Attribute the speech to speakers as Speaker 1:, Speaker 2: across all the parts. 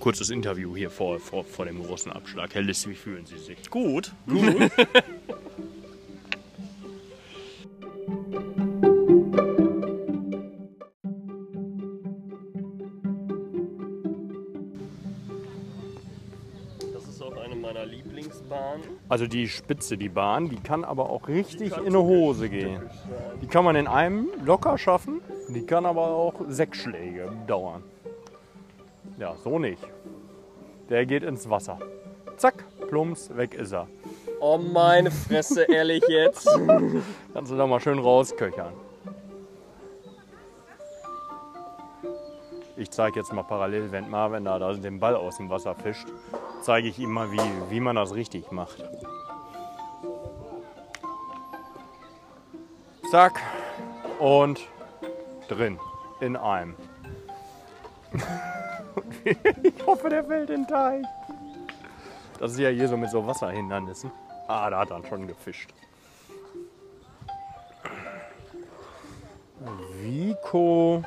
Speaker 1: kurzes Interview hier vor, vor, vor dem großen Abschlag. Herr List, wie fühlen Sie sich?
Speaker 2: Gut. Das ist auch eine meiner Lieblingsbahnen.
Speaker 1: Also die Spitze, die Bahn, die kann aber auch richtig
Speaker 2: kann
Speaker 1: in eine Hose gehen. Die kann man in einem locker schaffen, die kann aber auch sechs Schläge dauern. Ja, so nicht. Der geht ins Wasser. Zack, plumps, weg ist er.
Speaker 2: Oh meine Fresse, ehrlich jetzt.
Speaker 1: Kannst du da mal schön rausköchern. Ich zeige jetzt mal parallel, wenn Marvin da, da den Ball aus dem Wasser fischt, zeige ich ihm mal, wie, wie man das richtig macht. Zack und drin, in einem. ich hoffe, der fällt in den Teich. Das ist ja hier so mit so Wasserhindernissen. Ah, da hat er schon gefischt. Vico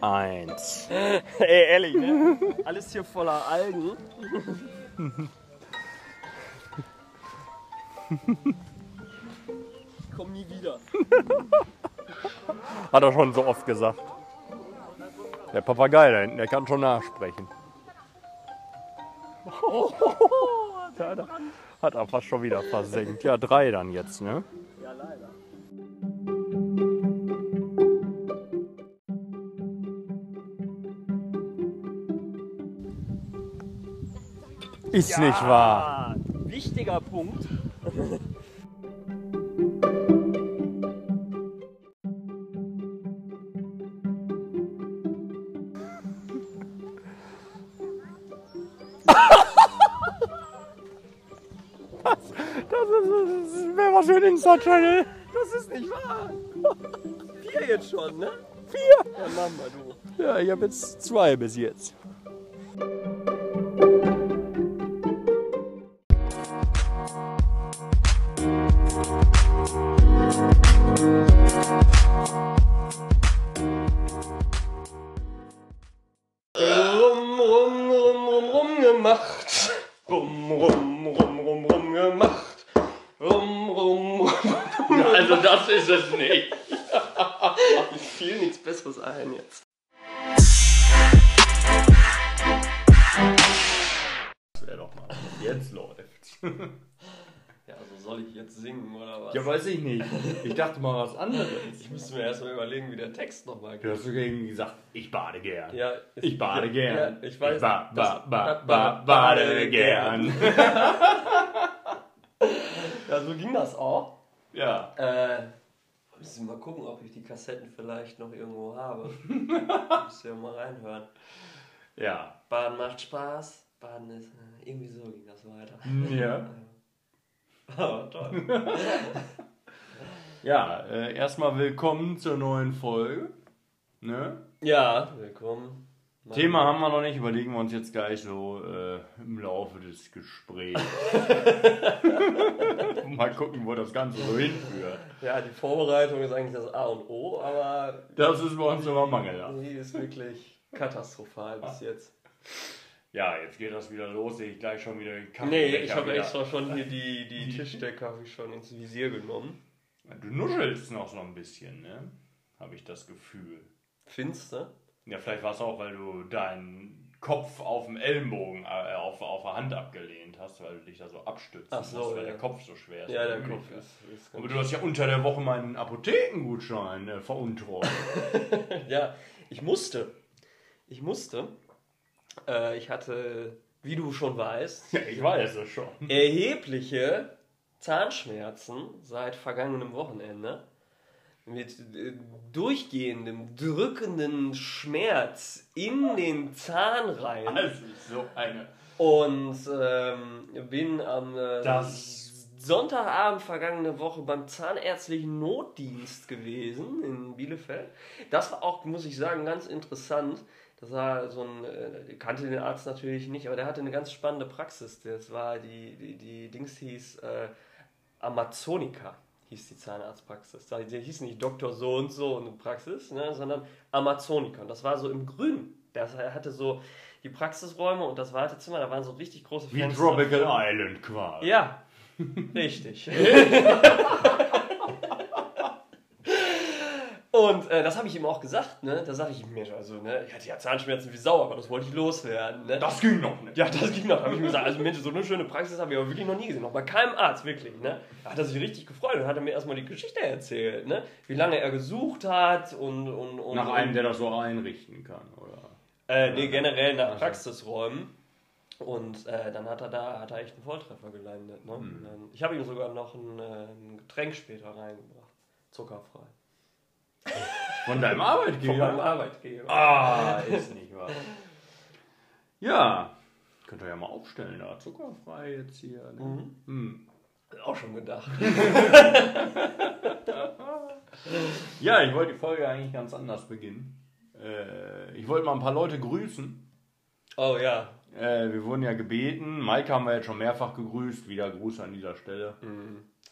Speaker 1: 1.
Speaker 2: Ey, ehrlich, ne? Alles hier voller Algen. Ich komm nie wieder.
Speaker 1: Hat er schon so oft gesagt. Der Papagei da hinten, der kann schon nachsprechen. Oh, Da hat, er, hat er fast schon wieder versenkt. Ja, drei dann jetzt, ne?
Speaker 2: Ja, leider.
Speaker 1: Ist nicht wahr.
Speaker 2: Ah, wichtiger Punkt.
Speaker 1: Das, ist, das wäre mal schön Insta-Channel.
Speaker 2: Das ist nicht wahr. Vier jetzt schon, ne? Vier? Ja, Mama, du.
Speaker 1: Ja, ich habe jetzt zwei bis jetzt.
Speaker 2: Rum, rum, rum, rum, rum gemacht. Rum, rum, rum, rum, rum gemacht. Rum, rum, rum.
Speaker 1: Also das ist es nicht.
Speaker 2: Mir fiel nichts Besseres ein jetzt.
Speaker 1: Wäre doch mal. Jetzt läuft.
Speaker 2: Ja, also soll ich jetzt singen oder was?
Speaker 1: Ja, weiß ich nicht. Ich dachte mal was anderes.
Speaker 2: Ich müsste mir erstmal überlegen, wie der Text nochmal
Speaker 1: Du
Speaker 2: geht.
Speaker 1: hast irgendwie gesagt, ich bade gern.
Speaker 2: Ja, es-
Speaker 1: Ich bade
Speaker 2: ja,
Speaker 1: gern.
Speaker 2: Ja, ich weiß.
Speaker 1: Ich ba ba
Speaker 2: das-
Speaker 1: ba ba bade gern.
Speaker 2: Ja, so ging das auch.
Speaker 1: Ja.
Speaker 2: Äh, müssen wir mal gucken, ob ich die Kassetten vielleicht noch irgendwo habe. Müssen wir mal reinhören.
Speaker 1: Ja.
Speaker 2: Baden macht Spaß. Baden ist. äh, Irgendwie so ging das weiter.
Speaker 1: Ja,
Speaker 2: Aber toll.
Speaker 1: ja äh, erstmal willkommen zur neuen Folge. Ne?
Speaker 2: Ja, willkommen. Mein-
Speaker 1: Thema haben wir noch nicht, überlegen wir uns jetzt gleich so äh, im Laufe des Gesprächs. Mal gucken, wo das Ganze so hinführt.
Speaker 2: Ja, die Vorbereitung ist eigentlich das A und O, aber
Speaker 1: Das ist bei uns immer mangelhaft.
Speaker 2: die ist wirklich katastrophal bis jetzt.
Speaker 1: Ja, jetzt geht das wieder los, sehe ich gleich schon wieder die Kamera.
Speaker 2: Nee, ich habe extra schon hier die, die Tischdecke habe ich schon ins Visier genommen.
Speaker 1: Du nuschelst noch so ein bisschen, ne? Habe ich das Gefühl.
Speaker 2: Finster.
Speaker 1: Ja, vielleicht war es auch, weil du deinen Kopf auf dem Ellenbogen, äh, auf, auf der Hand abgelehnt hast, weil du dich da so abstützt
Speaker 2: Ach so,
Speaker 1: hast, weil
Speaker 2: ja.
Speaker 1: der Kopf so schwer ist.
Speaker 2: Ja, der
Speaker 1: Und
Speaker 2: Kopf
Speaker 1: übrig
Speaker 2: ist, ist
Speaker 1: Aber
Speaker 2: ganz
Speaker 1: du hast ja unter der Woche meinen Apothekengutschein äh, veruntreut.
Speaker 2: Ja, ich musste. Ich musste. Äh, ich hatte, wie du schon weißt,
Speaker 1: ja, ich weiß es schon.
Speaker 2: erhebliche Zahnschmerzen seit vergangenem Wochenende. Mit äh, durchgehendem, drückenden Schmerz in den Zahnreihen.
Speaker 1: Das ist so eine.
Speaker 2: Und ähm, bin am äh,
Speaker 1: Das-
Speaker 2: Sonntagabend vergangene Woche beim zahnärztlichen Notdienst gewesen in Bielefeld. Das war auch, muss ich sagen, ganz interessant. Das war so ein, äh, ich kannte den Arzt natürlich nicht, aber der hatte eine ganz spannende Praxis. Das war die, die, die Dings hieß äh, Amazonica, hieß die Zahnarztpraxis. Da die hieß nicht Doktor so und so eine Praxis, ne, sondern Amazonica. Und das war so im Grün. Das hatte so, die Praxisräume und das Wartezimmer, da waren so richtig große
Speaker 1: Wie Tropical Island quasi.
Speaker 2: Ja, richtig. Und äh, das habe ich ihm auch gesagt, ne? Da sage ich ihm mir, also, ne, ich hatte ja Zahnschmerzen wie Sau, aber das wollte ich loswerden. Ne?
Speaker 1: Das ging noch nicht.
Speaker 2: Ja, das ging noch. Da habe ich mir gesagt, also Mensch, so eine schöne Praxis habe ich aber wirklich noch nie gesehen. Noch bei keinem Arzt, wirklich. Ne? Da hat er sich richtig gefreut und hat er mir erstmal die Geschichte erzählt. Ne? Wie lange er gesucht hat und... und, und
Speaker 1: Nach einem, der das so einrichten kann, oder?
Speaker 2: Äh, nee, generell nach Praxisräumen. Und äh, dann hat er da hat er echt einen Volltreffer gelandet. Ne?
Speaker 1: Mhm.
Speaker 2: Und dann- Ich habe ihm sogar noch ein, äh, ein Getränk später reingebracht. Zuckerfrei.
Speaker 1: Von deinem
Speaker 2: Von meinem
Speaker 1: Arbeitgeber.
Speaker 2: Arbeitgeber.
Speaker 1: Ah, ist nicht wahr. Ja, könnt ihr ja mal aufstellen, da zuckerfrei jetzt hier. Ne? Hm.
Speaker 2: Auch schon gedacht.
Speaker 1: Ja, ich wollte die Folge eigentlich ganz anders beginnen. Äh, ich wollte mal ein paar Leute grüßen.
Speaker 2: Oh ja.
Speaker 1: Äh, wir wurden ja gebeten. Mike haben wir jetzt schon mehrfach gegrüßt. Wieder Gruß an dieser Stelle.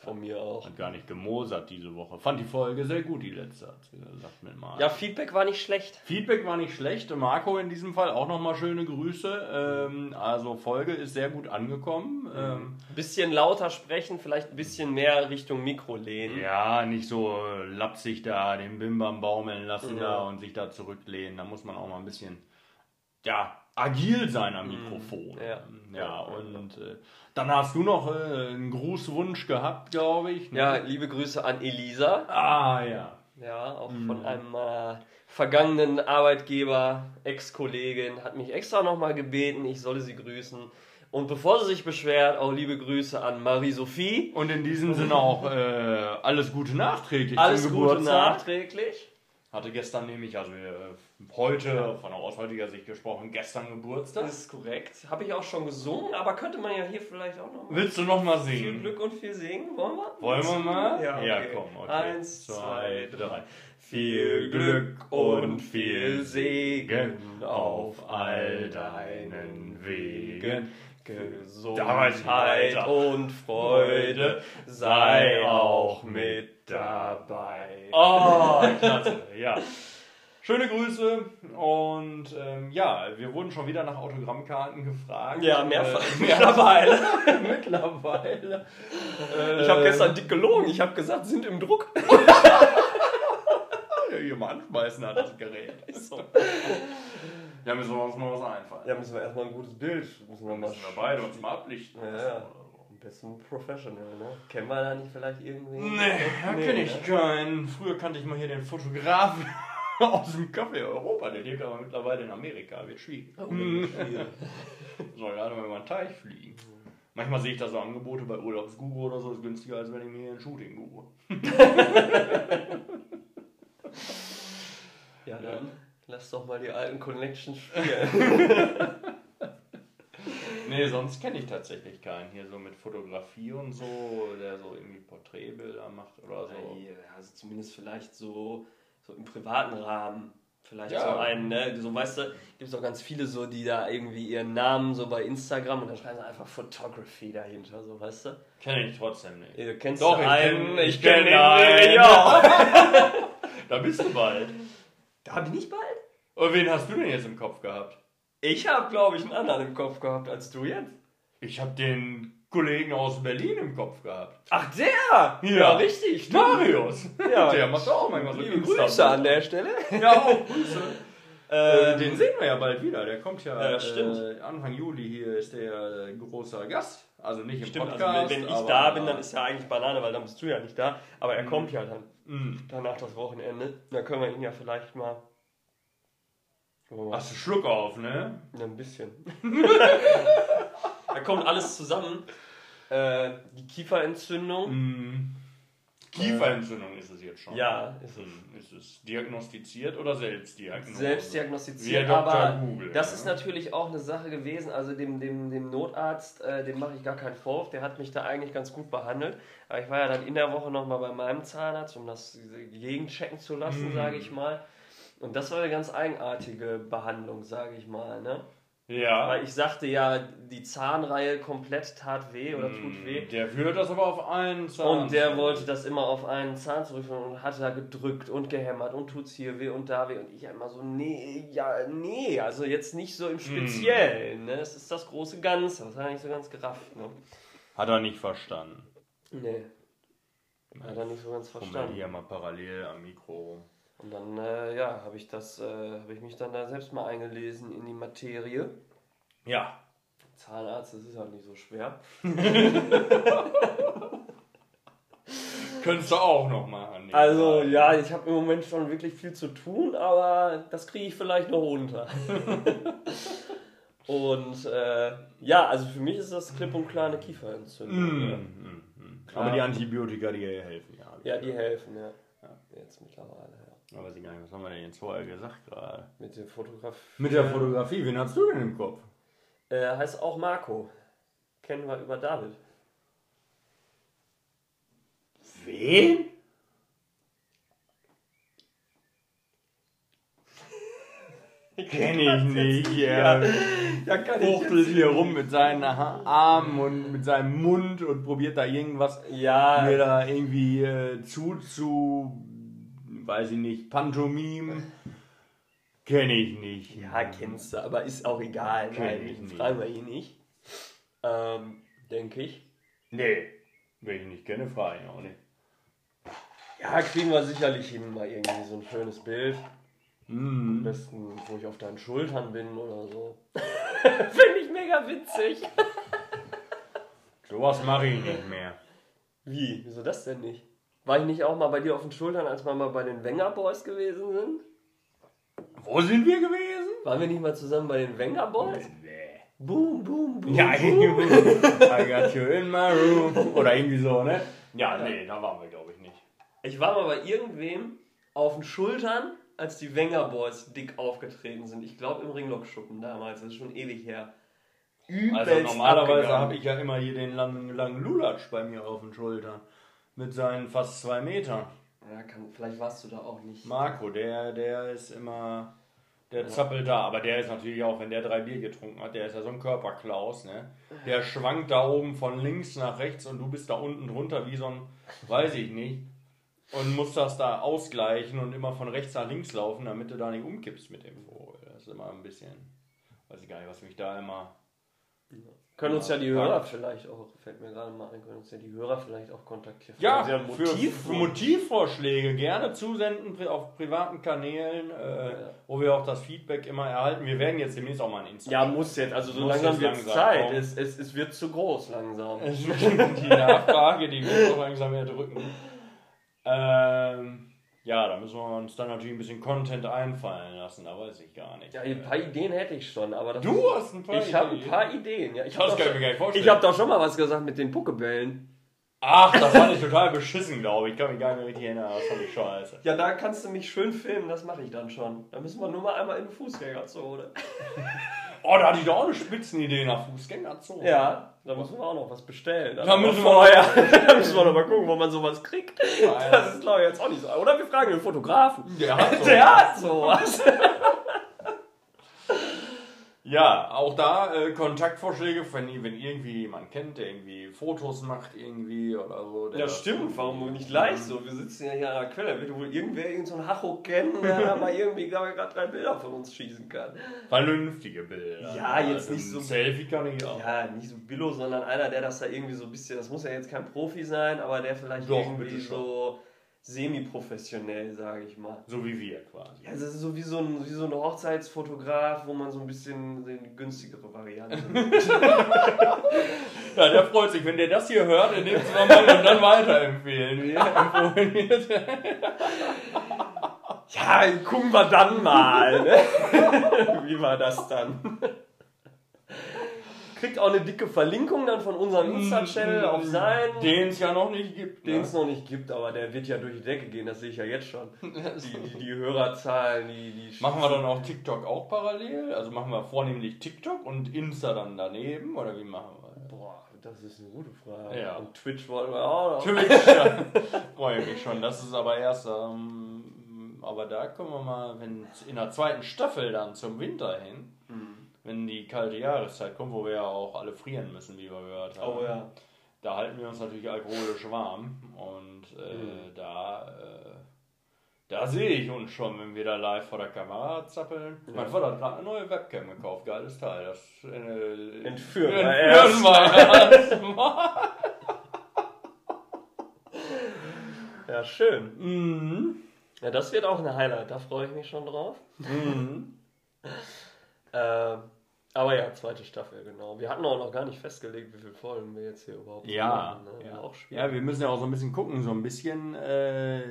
Speaker 2: Von mir auch.
Speaker 1: Hat gar nicht gemosert diese Woche. Fand die Folge sehr gut, die letzte. Hat sie gesagt mit Marc.
Speaker 2: Ja, Feedback war nicht schlecht.
Speaker 1: Feedback war nicht schlecht. Marco in diesem Fall auch nochmal schöne Grüße. Ähm, also Folge ist sehr gut angekommen. Ähm,
Speaker 2: Bisschen lauter sprechen, vielleicht ein bisschen mehr Richtung Mikro lehnen.
Speaker 1: ja, nicht so äh, lapsig da den Bimbam baumeln lassen
Speaker 2: Ja.
Speaker 1: da und sich da zurücklehnen. Da muss man auch mal ein bisschen, ja, agil sein am Mikrofon.
Speaker 2: Mhm. Ja.
Speaker 1: ja und äh, dann hast du noch äh, einen Grußwunsch gehabt, glaube ich. ne?
Speaker 2: Ja, liebe Grüße an Elisa.
Speaker 1: Ah, ja.
Speaker 2: Ja, auch
Speaker 1: Mhm.
Speaker 2: von einem äh, vergangenen Arbeitgeber, Ex-Kollegin, hat mich extra nochmal gebeten, ich solle sie grüßen. Und bevor sie sich beschwert, auch liebe Grüße an Marie-Sophie.
Speaker 1: Und in diesem Sinne auch äh, alles Gute nachträglich
Speaker 2: Alles
Speaker 1: zum
Speaker 2: Gute
Speaker 1: Geburtstag.
Speaker 2: nachträglich.
Speaker 1: Hatte gestern nämlich, also äh, heute, von aus heutiger Sicht gesprochen, gestern Geburtstag.
Speaker 2: Das ist korrekt. Habe ich auch schon gesungen, aber könnte man ja hier vielleicht auch nochmal
Speaker 1: Willst du nochmal
Speaker 2: viel
Speaker 1: singen?
Speaker 2: Glück und viel singen. Wollen wir?
Speaker 1: Wollen wir mal?
Speaker 2: Ja, okay.
Speaker 1: komm, okay.
Speaker 2: Eins, zwei, drei.
Speaker 1: Viel Glück und viel Segen auf all deinen Wegen.
Speaker 2: Gesundheit und Freude sei auch mit dabei.
Speaker 1: Oh, klasse, ja. Schöne Grüße und ähm, ja, wir wurden schon wieder nach Autogrammkarten gefragt.
Speaker 2: Ja, mehrfach.
Speaker 1: Äh,
Speaker 2: Mittlerweile.
Speaker 1: mittlerweile.
Speaker 2: Ich habe gestern dick gelogen. Ich habe gesagt, sind im Druck.
Speaker 1: hier mal anschmeißen hat das Gerät.
Speaker 2: So.
Speaker 1: Ja, müssen wir uns mal was einfallen.
Speaker 2: Ja, müssen wir erstmal ein gutes Bild. Müssen wir
Speaker 1: müssen wir beide uns mal ablichten.
Speaker 2: Ja, ja. Ein bisschen professional, ne? Kennen wir da nicht vielleicht irgendwie?
Speaker 1: Nee, da kenn ich keinen. Früher kannte ich mal hier den Fotografen aus dem Café Europa. Der lebt aber mittlerweile in Amerika. Wird schwierig.
Speaker 2: ne?
Speaker 1: Soll gerade mal über den Teich fliegen. Manchmal sehe ich da so Angebote bei Urlaubsguru oder so. Ist günstiger, als wenn ich mir hier ein Shooting guru.
Speaker 2: Ja, dann lass doch mal die alten Connections spielen.
Speaker 1: Nee, sonst kenne ich tatsächlich keinen. Hier so mit Fotografie und so, der so irgendwie Porträtbilder macht oder so.
Speaker 2: also zumindest vielleicht so, so im privaten Rahmen. Vielleicht
Speaker 1: Ja.
Speaker 2: so einen, ne? So, weißt du, gibt es auch ganz viele so, die da irgendwie ihren Namen so bei Instagram und dann schreiben sie einfach Photography dahinter, so, weißt du?
Speaker 1: Kenne ich trotzdem nicht.
Speaker 2: Ihr kennst
Speaker 1: Doch,
Speaker 2: du
Speaker 1: ich
Speaker 2: einen,
Speaker 1: kenn-
Speaker 2: ich
Speaker 1: ich
Speaker 2: kenne
Speaker 1: kenn
Speaker 2: den
Speaker 1: einen.
Speaker 2: nämlich auch.
Speaker 1: Da bist du bald.
Speaker 2: Da bin ich bald.
Speaker 1: Und wen hast du denn jetzt im Kopf gehabt?
Speaker 2: Ich habe, glaube ich, einen anderen im Kopf gehabt als du jetzt.
Speaker 1: Ich habe den Kollegen aus Berlin im Kopf gehabt.
Speaker 2: Ach, der! Ja, Also richtig. stimmt.
Speaker 1: Marius.
Speaker 2: Ja.
Speaker 1: Der macht auch manchmal so
Speaker 2: Liebe Grüße an der Stelle.
Speaker 1: Ja, auch Grüße. Äh,
Speaker 2: Ähm,
Speaker 1: den sehen wir ja bald wieder. Der kommt ja,
Speaker 2: Ja, das stimmt.
Speaker 1: Äh, Anfang Juli hier ist der äh, großer Gast. Also nicht im
Speaker 2: Stimmt,
Speaker 1: Podcast.
Speaker 2: also wenn, wenn ich
Speaker 1: aber-
Speaker 2: da bin, dann ist ja eigentlich Banane, weil dann bist du ja nicht da. Aber er kommt ja dann
Speaker 1: Mm.
Speaker 2: danach das Wochenende. Da können wir ihn ja vielleicht mal. Oh,
Speaker 1: Hast du Schluck auf, ne?
Speaker 2: ein bisschen. da kommt alles zusammen. Äh, die Kieferentzündung.
Speaker 1: Mm. Kieferentzündung ist es jetzt schon.
Speaker 2: Ja, ist es.
Speaker 1: Hm, Ist es diagnostiziert oder selbstdiagnostiziert?
Speaker 2: Selbst
Speaker 1: Mhm. Wie
Speaker 2: diagnostiziert,
Speaker 1: Dr.
Speaker 2: aber
Speaker 1: Google,
Speaker 2: das
Speaker 1: ne?
Speaker 2: ist natürlich auch eine Sache gewesen. Also dem, dem, dem Notarzt, äh, dem mache ich gar keinen Vorwurf, der hat mich da eigentlich ganz gut behandelt. Aber ich war ja dann in der Woche nochmal bei meinem Zahnarzt, um das gegenchecken zu
Speaker 1: Mhm.
Speaker 2: lassen, sage ich mal. Und das war eine ganz eigenartige Behandlung, sage ich mal. Ne?
Speaker 1: Ja.
Speaker 2: Weil ich sagte ja, die Zahnreihe komplett tat weh oder
Speaker 1: Mm,
Speaker 2: tut weh.
Speaker 1: Der würde das aber auf einen Zahn.
Speaker 2: Und der wollte das immer auf einen Zahn zurückführen und hat da gedrückt und gehämmert und tut's hier weh und da weh. Und ich immer so, nee, ja, nee, also jetzt nicht
Speaker 1: Mm.
Speaker 2: so im Speziellen. Ne? Es ist das große Ganze. Das hat er nicht so ganz gerafft. Ne?
Speaker 1: Hat er nicht verstanden.
Speaker 2: Nee. Hat er nicht so ganz
Speaker 1: Verstanden.
Speaker 2: verstanden.
Speaker 1: Hier mal parallel am Mikro rum.
Speaker 2: Und dann, äh, ja, habe ich das, äh, habe ich mich dann da selbst mal eingelesen in die Materie.
Speaker 1: Ja.
Speaker 2: Zahnarzt, das ist auch nicht so schwer.
Speaker 1: Könntest du auch noch machen. nebenbei.
Speaker 2: Also ja, ich habe im Moment schon wirklich viel zu tun, aber das kriege ich vielleicht noch unter. und äh, ja, also für mich ist das klipp und klar eine Kieferentzündung.
Speaker 1: Mm, mm, mm. Aber die Antibiotika, die helfen ja.
Speaker 2: Ja, die helfen, ja. Jetzt mittlerweile, ja.
Speaker 1: Aber weiß ich gar nicht, was haben wir denn jetzt vorher gesagt gerade?
Speaker 2: Mit dem Fotograf.
Speaker 1: Mit der Fotografie, wen hast du denn im Kopf?
Speaker 2: Äh, heißt auch Marco. Kennen wir über David.
Speaker 1: Wen? Kenn ich nicht. Ja.
Speaker 2: Ja, kann
Speaker 1: Fuchtelt hier rum mit seinen Ha- Armen und mit seinem Mund und probiert da irgendwas
Speaker 2: Ja,
Speaker 1: mir da irgendwie äh, zu, zu, weiß ich nicht, Pantomim. Kenne ich nicht.
Speaker 2: Ja, kennst du, aber ist auch egal.
Speaker 1: Kenn ich
Speaker 2: Nein,
Speaker 1: nicht.
Speaker 2: fragen wir ihn nicht. Ähm, denke ich.
Speaker 1: Nee, wenn ich nicht kenne, frage ich auch nicht.
Speaker 2: Ja, kriegen wir sicherlich hin, mal irgendwie so ein schönes Bild. Am
Speaker 1: Mm.
Speaker 2: besten, wo ich auf deinen Schultern bin oder so. Finde ich mega witzig.
Speaker 1: Sowas mache ich nicht mehr.
Speaker 2: Wie? Wieso das denn nicht? War ich nicht auch mal bei dir auf den Schultern, als wir mal bei den Wenger Boys gewesen sind?
Speaker 1: Wo sind wir gewesen?
Speaker 2: Waren wir nicht mal zusammen bei den Wenger Boys?
Speaker 1: Nee.
Speaker 2: Boom, boom, boom.
Speaker 1: Ja,
Speaker 2: boom.
Speaker 1: I got you in my room. Oder irgendwie so, ne? Ja, nee, da waren wir, glaube ich, nicht.
Speaker 2: Ich war mal bei irgendwem auf den Schultern, als die Wenger Boys dick aufgetreten sind. Ich glaube im Ringlockschuppen damals. Das ist schon ewig her. Übelst
Speaker 1: Also normalerweise
Speaker 2: abgegangen.
Speaker 1: habe ich ja immer hier den langen, langen Lulatsch bei mir auf den Schultern. Mit seinen fast zwei Metern.
Speaker 2: Ja, kann, vielleicht warst du da auch nicht.
Speaker 1: Marco, der, der ist immer. Der zappelt da, aber der ist natürlich auch, wenn der drei Bier getrunken hat, der ist ja so ein Körperklaus, ne? Der schwankt da oben von links nach rechts und du bist da unten drunter wie so ein, weiß ich nicht, und musst das da ausgleichen und immer von rechts nach links laufen, damit du da nicht umkippst mit dem Vogel. Das ist immer ein bisschen, weiß ich gar nicht, was mich da immer.
Speaker 2: Können uns ja die
Speaker 1: Ja.
Speaker 2: Hörer vielleicht auch, fällt mir gerade mal ein, können uns ja die Hörer vielleicht auch kontaktieren.
Speaker 1: Ja,
Speaker 2: Wenn sie ein
Speaker 1: für,
Speaker 2: Motiv
Speaker 1: für Motivvorschläge gerne zusenden pri- auf privaten Kanälen, äh,
Speaker 2: Ja.
Speaker 1: wo wir auch das Feedback immer erhalten. Wir werden jetzt demnächst auch mal ein Instagram.
Speaker 2: Ja, muss jetzt, also so
Speaker 1: Muss
Speaker 2: langsam
Speaker 1: jetzt
Speaker 2: wird es
Speaker 1: langsam Äh.
Speaker 2: Zeit.
Speaker 1: kommen.
Speaker 2: Es, es, es wird zu groß langsam.
Speaker 1: die Nachfrage, die wir doch langsam erdrücken. Ähm, ja, da müssen wir uns dann natürlich ein bisschen Content einfallen lassen, da weiß ich gar nicht.
Speaker 2: Ja, ein paar Ideen hätte ich schon, aber das
Speaker 1: du hast ein paar
Speaker 2: Ich habe ein
Speaker 1: Ideen.
Speaker 2: paar Ideen. Ja, ich
Speaker 1: Das
Speaker 2: hab
Speaker 1: kann ich
Speaker 2: doch
Speaker 1: mir gar nicht
Speaker 2: schon-
Speaker 1: vorstellen.
Speaker 2: ich habe doch schon mal was gesagt mit den Puckebällen.
Speaker 1: Ach, das fand ich total beschissen, glaube ich. Ich kann mich gar nicht mehr richtig erinnern, das fand ich scheiße.
Speaker 2: Ja, da kannst du mich schön filmen, das mache ich dann schon. Da müssen wir nur mal einmal in den Fußgängerzone.
Speaker 1: Oh, da hatte ich doch auch eine Spitzenidee nach Fußgängerzone.
Speaker 2: Ja, da müssen wir auch noch was bestellen.
Speaker 1: Da müssen wir-
Speaker 2: vorher. da müssen wir noch mal gucken, wo man sowas kriegt.
Speaker 1: Ja,
Speaker 2: Das ist glaube ich jetzt auch nicht so. Oder wir fragen den Fotografen.
Speaker 1: Der hat so.
Speaker 2: Der hat sowas.
Speaker 1: Ja, auch da äh, Kontaktvorschläge, wenn, wenn irgendwie jemand kennt, der irgendwie Fotos macht irgendwie oder so. Der
Speaker 2: Ja, stimmt, warum nicht gleich so? Wir sitzen ja hier an der Quelle. Wird wohl irgendwer irgendeinen so einen Hacho kennen, der da mal irgendwie gerade drei Bilder von uns schießen kann.
Speaker 1: Vernünftige Bilder. ne? Also
Speaker 2: Ja, jetzt nicht so-
Speaker 1: Ein Selfie kann ich auch.
Speaker 2: Ja, nicht so Billo, sondern einer, der das da irgendwie so ein bisschen, das muss ja jetzt kein Profi sein, aber der vielleicht
Speaker 1: Doch,
Speaker 2: irgendwie
Speaker 1: bitte schon.
Speaker 2: so semi-professionell, sage ich mal.
Speaker 1: So wie wir quasi.
Speaker 2: Ja, das ist so wie so, ein, wie so ein Hochzeitsfotograf, wo man so ein bisschen die günstigere Variante nimmt.
Speaker 1: Ja, der freut sich, wenn der das hier hört, in dem Zusammenhang und dann weiterempfehlen. Wir empfohlen wird.
Speaker 2: Ja, gucken wir dann mal, ne? Wie war das dann? Kriegt auch eine dicke Verlinkung dann von unserem Insta-Channel auf seinen.
Speaker 1: Mhm. Den es ja noch nicht gibt.
Speaker 2: den
Speaker 1: Ne?
Speaker 2: es noch nicht gibt, aber der wird ja durch die Decke gehen, das sehe ich ja jetzt schon. Die, die, die Hörerzahlen, die, die
Speaker 1: Machen wir dann auch TikTok auch parallel? Also machen wir vornehmlich TikTok und Insta dann daneben? Oder wie machen wir das?
Speaker 2: Boah, das ist eine gute Frage.
Speaker 1: Ja.
Speaker 2: Und Twitch wollten wir auch noch.
Speaker 1: Natürlich, ja. freue mich schon. Das ist aber erst.
Speaker 2: Hm.
Speaker 1: Ähm, aber da kommen wir mal, wenn in der zweiten Staffel dann zum Winter hin, wenn die kalte Jahreszeit kommt, wo wir ja auch alle frieren müssen, wie wir gehört haben.
Speaker 2: Oh ja.
Speaker 1: Da halten wir uns natürlich alkoholisch warm und äh,
Speaker 2: Mhm.
Speaker 1: da, äh, da sehe ich uns schon, wenn wir da live vor der Kamera zappeln. Mein Vater hat gerade eine neue Webcam gekauft, geiles Teil. Das äh,
Speaker 2: Entführen wir
Speaker 1: entführen wir erstmal.
Speaker 2: Ja, schön.
Speaker 1: Mhm.
Speaker 2: Ja, das wird auch ein Highlight, da freue ich mich schon drauf.
Speaker 1: mhm.
Speaker 2: Ähm, aber ja, zweite Staffel, genau. Wir hatten auch noch gar nicht festgelegt, wie viele Folgen wir jetzt hier überhaupt
Speaker 1: Ja,
Speaker 2: machen, ne?
Speaker 1: ja.
Speaker 2: Auch schwierig.
Speaker 1: ja, wir müssen ja auch so ein bisschen gucken, so ein bisschen, äh,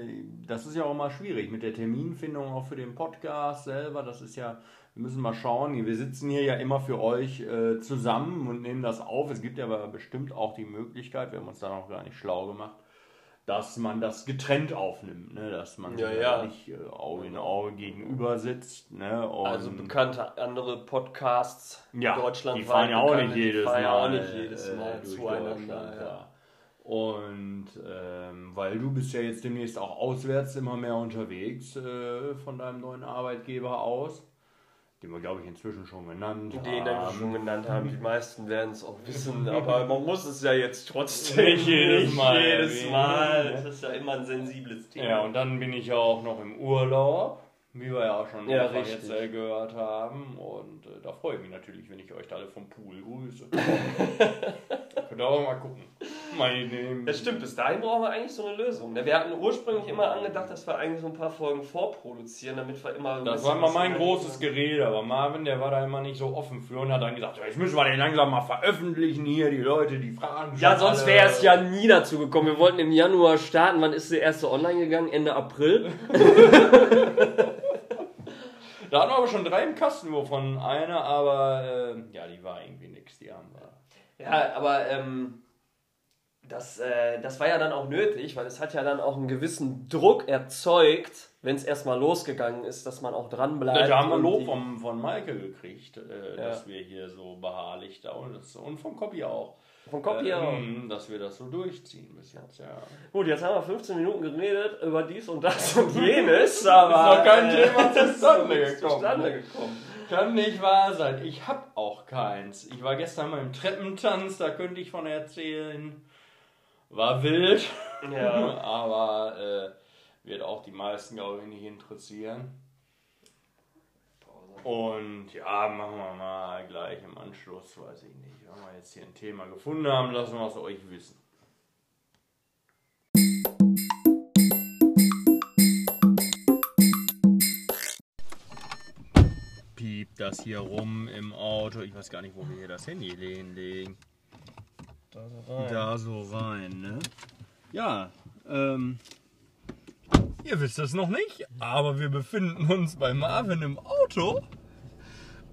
Speaker 1: das ist ja auch mal schwierig mit der Terminfindung auch für den Podcast selber, das ist ja, wir müssen mal schauen, wir sitzen hier ja immer für euch äh, zusammen und nehmen das auf, es gibt ja aber bestimmt auch die Möglichkeit, wir haben uns da noch gar nicht schlau gemacht, dass man das getrennt aufnimmt, ne? dass man
Speaker 2: Ja, ja.
Speaker 1: nicht äh, Auge in Auge gegenüber sitzt. Ne? Und
Speaker 2: Also bekannte andere Podcasts
Speaker 1: ja,
Speaker 2: Deutschland
Speaker 1: die fahren ja auch nicht jedes
Speaker 2: fahren
Speaker 1: Mal,
Speaker 2: ja auch nicht jedes
Speaker 1: äh,
Speaker 2: Mal
Speaker 1: durch Deutschland,
Speaker 2: zueinander. Ja.
Speaker 1: ja. Und ähm, weil du bist ja jetzt demnächst auch auswärts immer mehr unterwegs äh, von deinem neuen Arbeitgeber aus, den wir glaube ich inzwischen schon genannt
Speaker 2: Den dann wir
Speaker 1: haben.
Speaker 2: schon genannt haben,
Speaker 1: Ähm.
Speaker 2: die meisten werden es auch wissen, aber man muss es ja jetzt trotzdem
Speaker 1: Nicht jedes Mal
Speaker 2: jedes
Speaker 1: erwähnen,
Speaker 2: Mal.
Speaker 1: ne?
Speaker 2: Das ist ja immer ein sensibles Thema.
Speaker 1: Ja, und dann bin ich ja auch noch im Urlaub, wie wir ja auch schon
Speaker 2: Ja,
Speaker 1: mehrfach jetzt
Speaker 2: richtig.
Speaker 1: äh, gehört haben. Und äh, da freue ich mich natürlich, wenn ich euch da alle vom Pool grüße. Könnt ihr auch mal gucken. Mal nehmen.
Speaker 2: Das stimmt, bis dahin brauchen wir eigentlich so eine Lösung. ne? Wir hatten ursprünglich immer angedacht, dass wir eigentlich so ein paar Folgen vorproduzieren, damit wir immer. ein
Speaker 1: Das
Speaker 2: bisschen
Speaker 1: war immer
Speaker 2: was
Speaker 1: mein
Speaker 2: rein-
Speaker 1: großes Gerede, aber Marvin, der war da immer nicht so offen für und hat dann gesagt, "Ja, jetzt müssen wir den langsam mal veröffentlichen hier, die Leute, die fragen.
Speaker 2: Ja,
Speaker 1: schon
Speaker 2: sonst
Speaker 1: alle."
Speaker 2: wäre es ja nie dazu gekommen. Wir wollten im Januar starten. Wann ist der erste online gegangen? Ende April?
Speaker 1: Da hatten wir aber schon drei im Kasten, wovon einer, aber äh, ja, die war irgendwie nix, die haben wir.
Speaker 2: Ja, aber ähm, das, äh, das war ja dann auch nötig, weil es hat ja dann auch einen gewissen Druck erzeugt, wenn es erstmal losgegangen ist, dass man auch dranbleibt.
Speaker 1: Da haben wir
Speaker 2: und
Speaker 1: Lob
Speaker 2: die-
Speaker 1: vom, von Maike gekriegt, äh,
Speaker 2: Ja.
Speaker 1: dass wir hier so beharrlich da und, das, und vom Copy auch.
Speaker 2: Vom Copy
Speaker 1: äh,
Speaker 2: auch.
Speaker 1: mh, Dass wir das so durchziehen bis jetzt, ja.
Speaker 2: Gut, jetzt haben wir 15 Minuten geredet über dies und das und jenes, aber.
Speaker 1: Ist noch kein
Speaker 2: äh,
Speaker 1: Thema
Speaker 2: das ist
Speaker 1: zustande
Speaker 2: noch nichts
Speaker 1: gekommen,
Speaker 2: Zustande
Speaker 1: ne?
Speaker 2: gekommen.
Speaker 1: Kann nicht wahr sein. Ich hab auch keins. Ich war gestern mal im Treppentanz, da könnte ich von erzählen. War wild. Mhm.
Speaker 2: Ja.
Speaker 1: Aber äh, wird auch die meisten, glaube ich, nicht interessieren. Und ja, machen wir mal gleich im Anschluss, weiß ich nicht. Wenn wir jetzt hier ein Thema gefunden haben, lassen wir es euch wissen. Piept das hier rum im Auto. Ich weiß gar nicht, wo wir hier das Handy hinlegen. Da so rein, ne? Ja, ähm, ihr wisst es noch nicht, aber wir befinden uns bei Marvin im Auto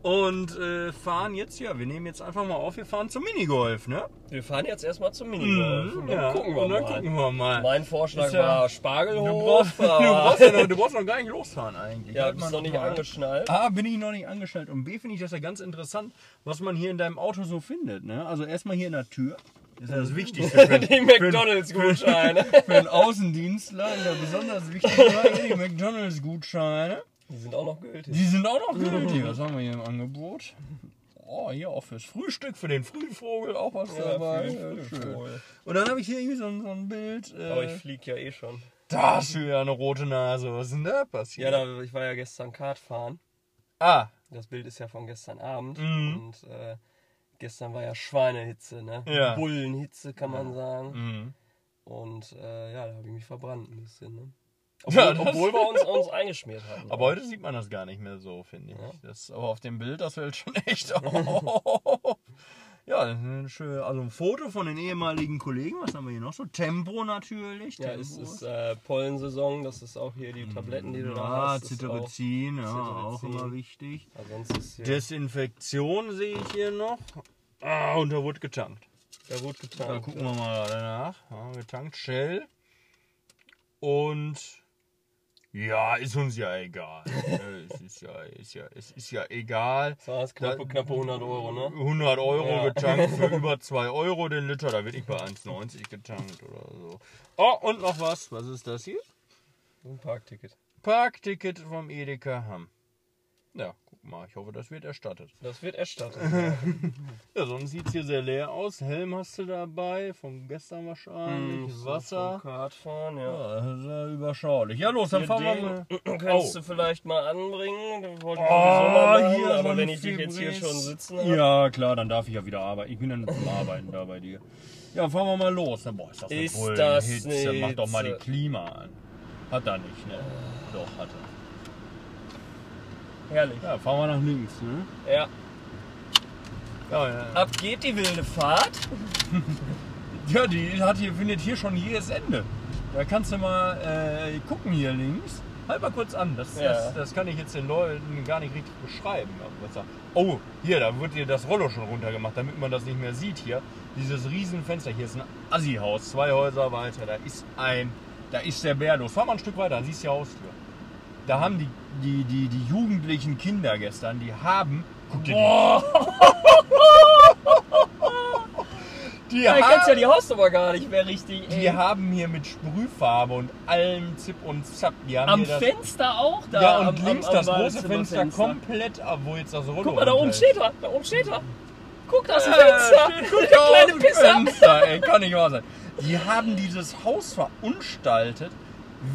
Speaker 1: und äh, fahren jetzt, ja, wir nehmen jetzt einfach mal auf, wir fahren zum Minigolf, ne?
Speaker 2: Wir fahren jetzt erstmal zum Minigolf. und dann
Speaker 1: Mhm, ja,
Speaker 2: gucken wir
Speaker 1: und dann
Speaker 2: mal.
Speaker 1: gucken wir mal.
Speaker 2: Mein Vorschlag
Speaker 1: Ist ja-
Speaker 2: war Spargel
Speaker 1: Du
Speaker 2: hoch.
Speaker 1: brauchst, du, brauchst ja noch, du brauchst noch gar nicht losfahren eigentlich.
Speaker 2: ja,
Speaker 1: Halt
Speaker 2: bist
Speaker 1: mal
Speaker 2: noch nicht
Speaker 1: mal.
Speaker 2: angeschnallt.
Speaker 1: A, bin ich noch nicht angestellt und B, finde ich das ja ganz interessant, was man hier in deinem Auto so findet. Ne? Also erstmal hier in der Tür. Das ist ja das Wichtigste. für-
Speaker 2: Die McDonalds-Gutscheine.
Speaker 1: Für einen Außendienstler ist ja besonders wichtig, weil die McDonalds-Gutscheine,
Speaker 2: Die sind auch noch gültig.
Speaker 1: die sind auch noch gültig.
Speaker 2: Mhm.
Speaker 1: Was haben wir hier im Angebot? Oh, hier auch fürs Frühstück, für den Frühvogel auch was dabei. Ja, schön. Und dann habe ich hier irgendwie so, ein- so ein Bild.
Speaker 2: Aber ich
Speaker 1: Äh,
Speaker 2: fliege ja eh schon.
Speaker 1: da hast du ja eine rote Nase. Was ist denn da
Speaker 2: Ja,
Speaker 1: passiert?
Speaker 2: da, ich war ja gestern Kart fahren.
Speaker 1: ah,
Speaker 2: Das Bild ist ja von gestern Abend.
Speaker 1: Mhm.
Speaker 2: Und äh, gestern war ja Schweinehitze, ne?
Speaker 1: Ja.
Speaker 2: Bullenhitze kann man sagen.
Speaker 1: mhm.
Speaker 2: Und äh, ja, da habe ich mich verbrannt ein bisschen, ne? Obwohl,
Speaker 1: Ja, das-
Speaker 2: obwohl wir uns, uns eingeschmiert haben.
Speaker 1: aber heute sieht man das gar nicht mehr so, finde ich.
Speaker 2: Ja.
Speaker 1: Das, aber auf dem Bild, das fällt schon echt auf. Ja, das ist eine schöne- also ein Foto von den ehemaligen Kollegen. Was haben wir hier noch so? Tempo natürlich.
Speaker 2: ja,
Speaker 1: Tempo.
Speaker 2: es ist äh, Pollensaison, das ist auch hier die
Speaker 1: Mhm.
Speaker 2: Tabletten, die du da
Speaker 1: Ja,
Speaker 2: hast. ist auch-
Speaker 1: Cetirizin, ja, auch
Speaker 2: Cetirizin.
Speaker 1: immer wichtig.
Speaker 2: Also sonst ist hier
Speaker 1: Desinfektion sehe ich hier noch. Ah, und da wurde getankt.
Speaker 2: sehr gut getan.
Speaker 1: Da gucken wir mal danach. Ja, getankt, Shell. Und ja, ist uns ja egal. Äh, es ist ja, ist ja, es ist ja egal.
Speaker 2: Das war es, knappe, knappe 100 Euro, ne?
Speaker 1: 100 Euro
Speaker 2: Ja.
Speaker 1: getankt für über 2 Euro den Liter. Da wird ich bei 1,90 getankt oder so. Oh, und noch was. Was ist das hier?
Speaker 2: Ein Parkticket.
Speaker 1: Parkticket vom Edeka Hamm. Ja, guck mal, ich hoffe, das wird erstattet.
Speaker 2: Das wird erstattet. ja.
Speaker 1: Ja, sonst sieht es hier sehr leer aus. Helm hast du dabei, von gestern
Speaker 2: Hm,
Speaker 1: wahrscheinlich, Wasser.
Speaker 2: Kartfahren,
Speaker 1: Ja,
Speaker 2: ja.
Speaker 1: das ist ja überschaulich. Ja, los, dann fahren wir mal.
Speaker 2: Den kannst
Speaker 1: Oh.
Speaker 2: du vielleicht mal anbringen. Den wollte ich
Speaker 1: Oh,
Speaker 2: sowieso mal machen,
Speaker 1: hier so
Speaker 2: aber
Speaker 1: ein
Speaker 2: wenn ich dich jetzt hier
Speaker 1: Fibris.
Speaker 2: schon sitzen habe.
Speaker 1: Ja, klar, dann darf ich ja wieder arbeiten. Ich bin dann zum Arbeiten da bei dir. Ja, fahren wir mal los. Na, boah, ist das eine
Speaker 2: Ist
Speaker 1: Bullenhitze.
Speaker 2: das eine
Speaker 1: Mach doch mal die
Speaker 2: Hitze.
Speaker 1: Klima an. Hat er nicht, ne? Doch, hat er.
Speaker 2: Herrlich.
Speaker 1: Ja, fahren wir nach links, ne?
Speaker 2: Ja.
Speaker 1: Ja, ja.
Speaker 2: Ab geht die wilde Fahrt.
Speaker 1: Ja, die hat hier, findet hier schon jedes Ende. Da kannst du mal äh, gucken hier links. Halt mal kurz an. Das,
Speaker 2: Ja.
Speaker 1: das, das kann ich jetzt den Leuten gar nicht richtig beschreiben. Aber was da- Oh, hier, da wird dir das Rollo schon runtergemacht, damit man das nicht mehr sieht hier. Dieses Riesenfenster. Hier ist ein Assi-Haus, zwei Häuser weiter. Da ist ein, da ist der Bär los. Fahr mal ein Stück weiter, dann siehst du die Haustür. Da haben die, die, die, die jugendlichen Kinder gestern, die haben. Guck dir die. Die
Speaker 2: Da
Speaker 1: haben,
Speaker 2: kannst ja die Hausnummer gar nicht mehr richtig.
Speaker 1: die haben hier mit Sprühfarbe und allem Zip und Zap. Die haben
Speaker 2: Am
Speaker 1: hier das,
Speaker 2: Fenster auch da.
Speaker 1: Ja, und
Speaker 2: am,
Speaker 1: links
Speaker 2: am, am
Speaker 1: das große Fenster
Speaker 2: Badezimmerfenster.
Speaker 1: komplett ab, wo jetzt das Rollo
Speaker 2: Guck mal, da oben
Speaker 1: runterhält.
Speaker 2: steht er. Da oben steht er. Guck das
Speaker 1: Ja,
Speaker 2: Fenster.
Speaker 1: steht-
Speaker 2: Der
Speaker 1: guck da Ähm,
Speaker 2: kleine
Speaker 1: aus dem
Speaker 2: Pisser.
Speaker 1: Fenster, ey, kann nicht wahr sein. Die haben dieses Haus verunstaltet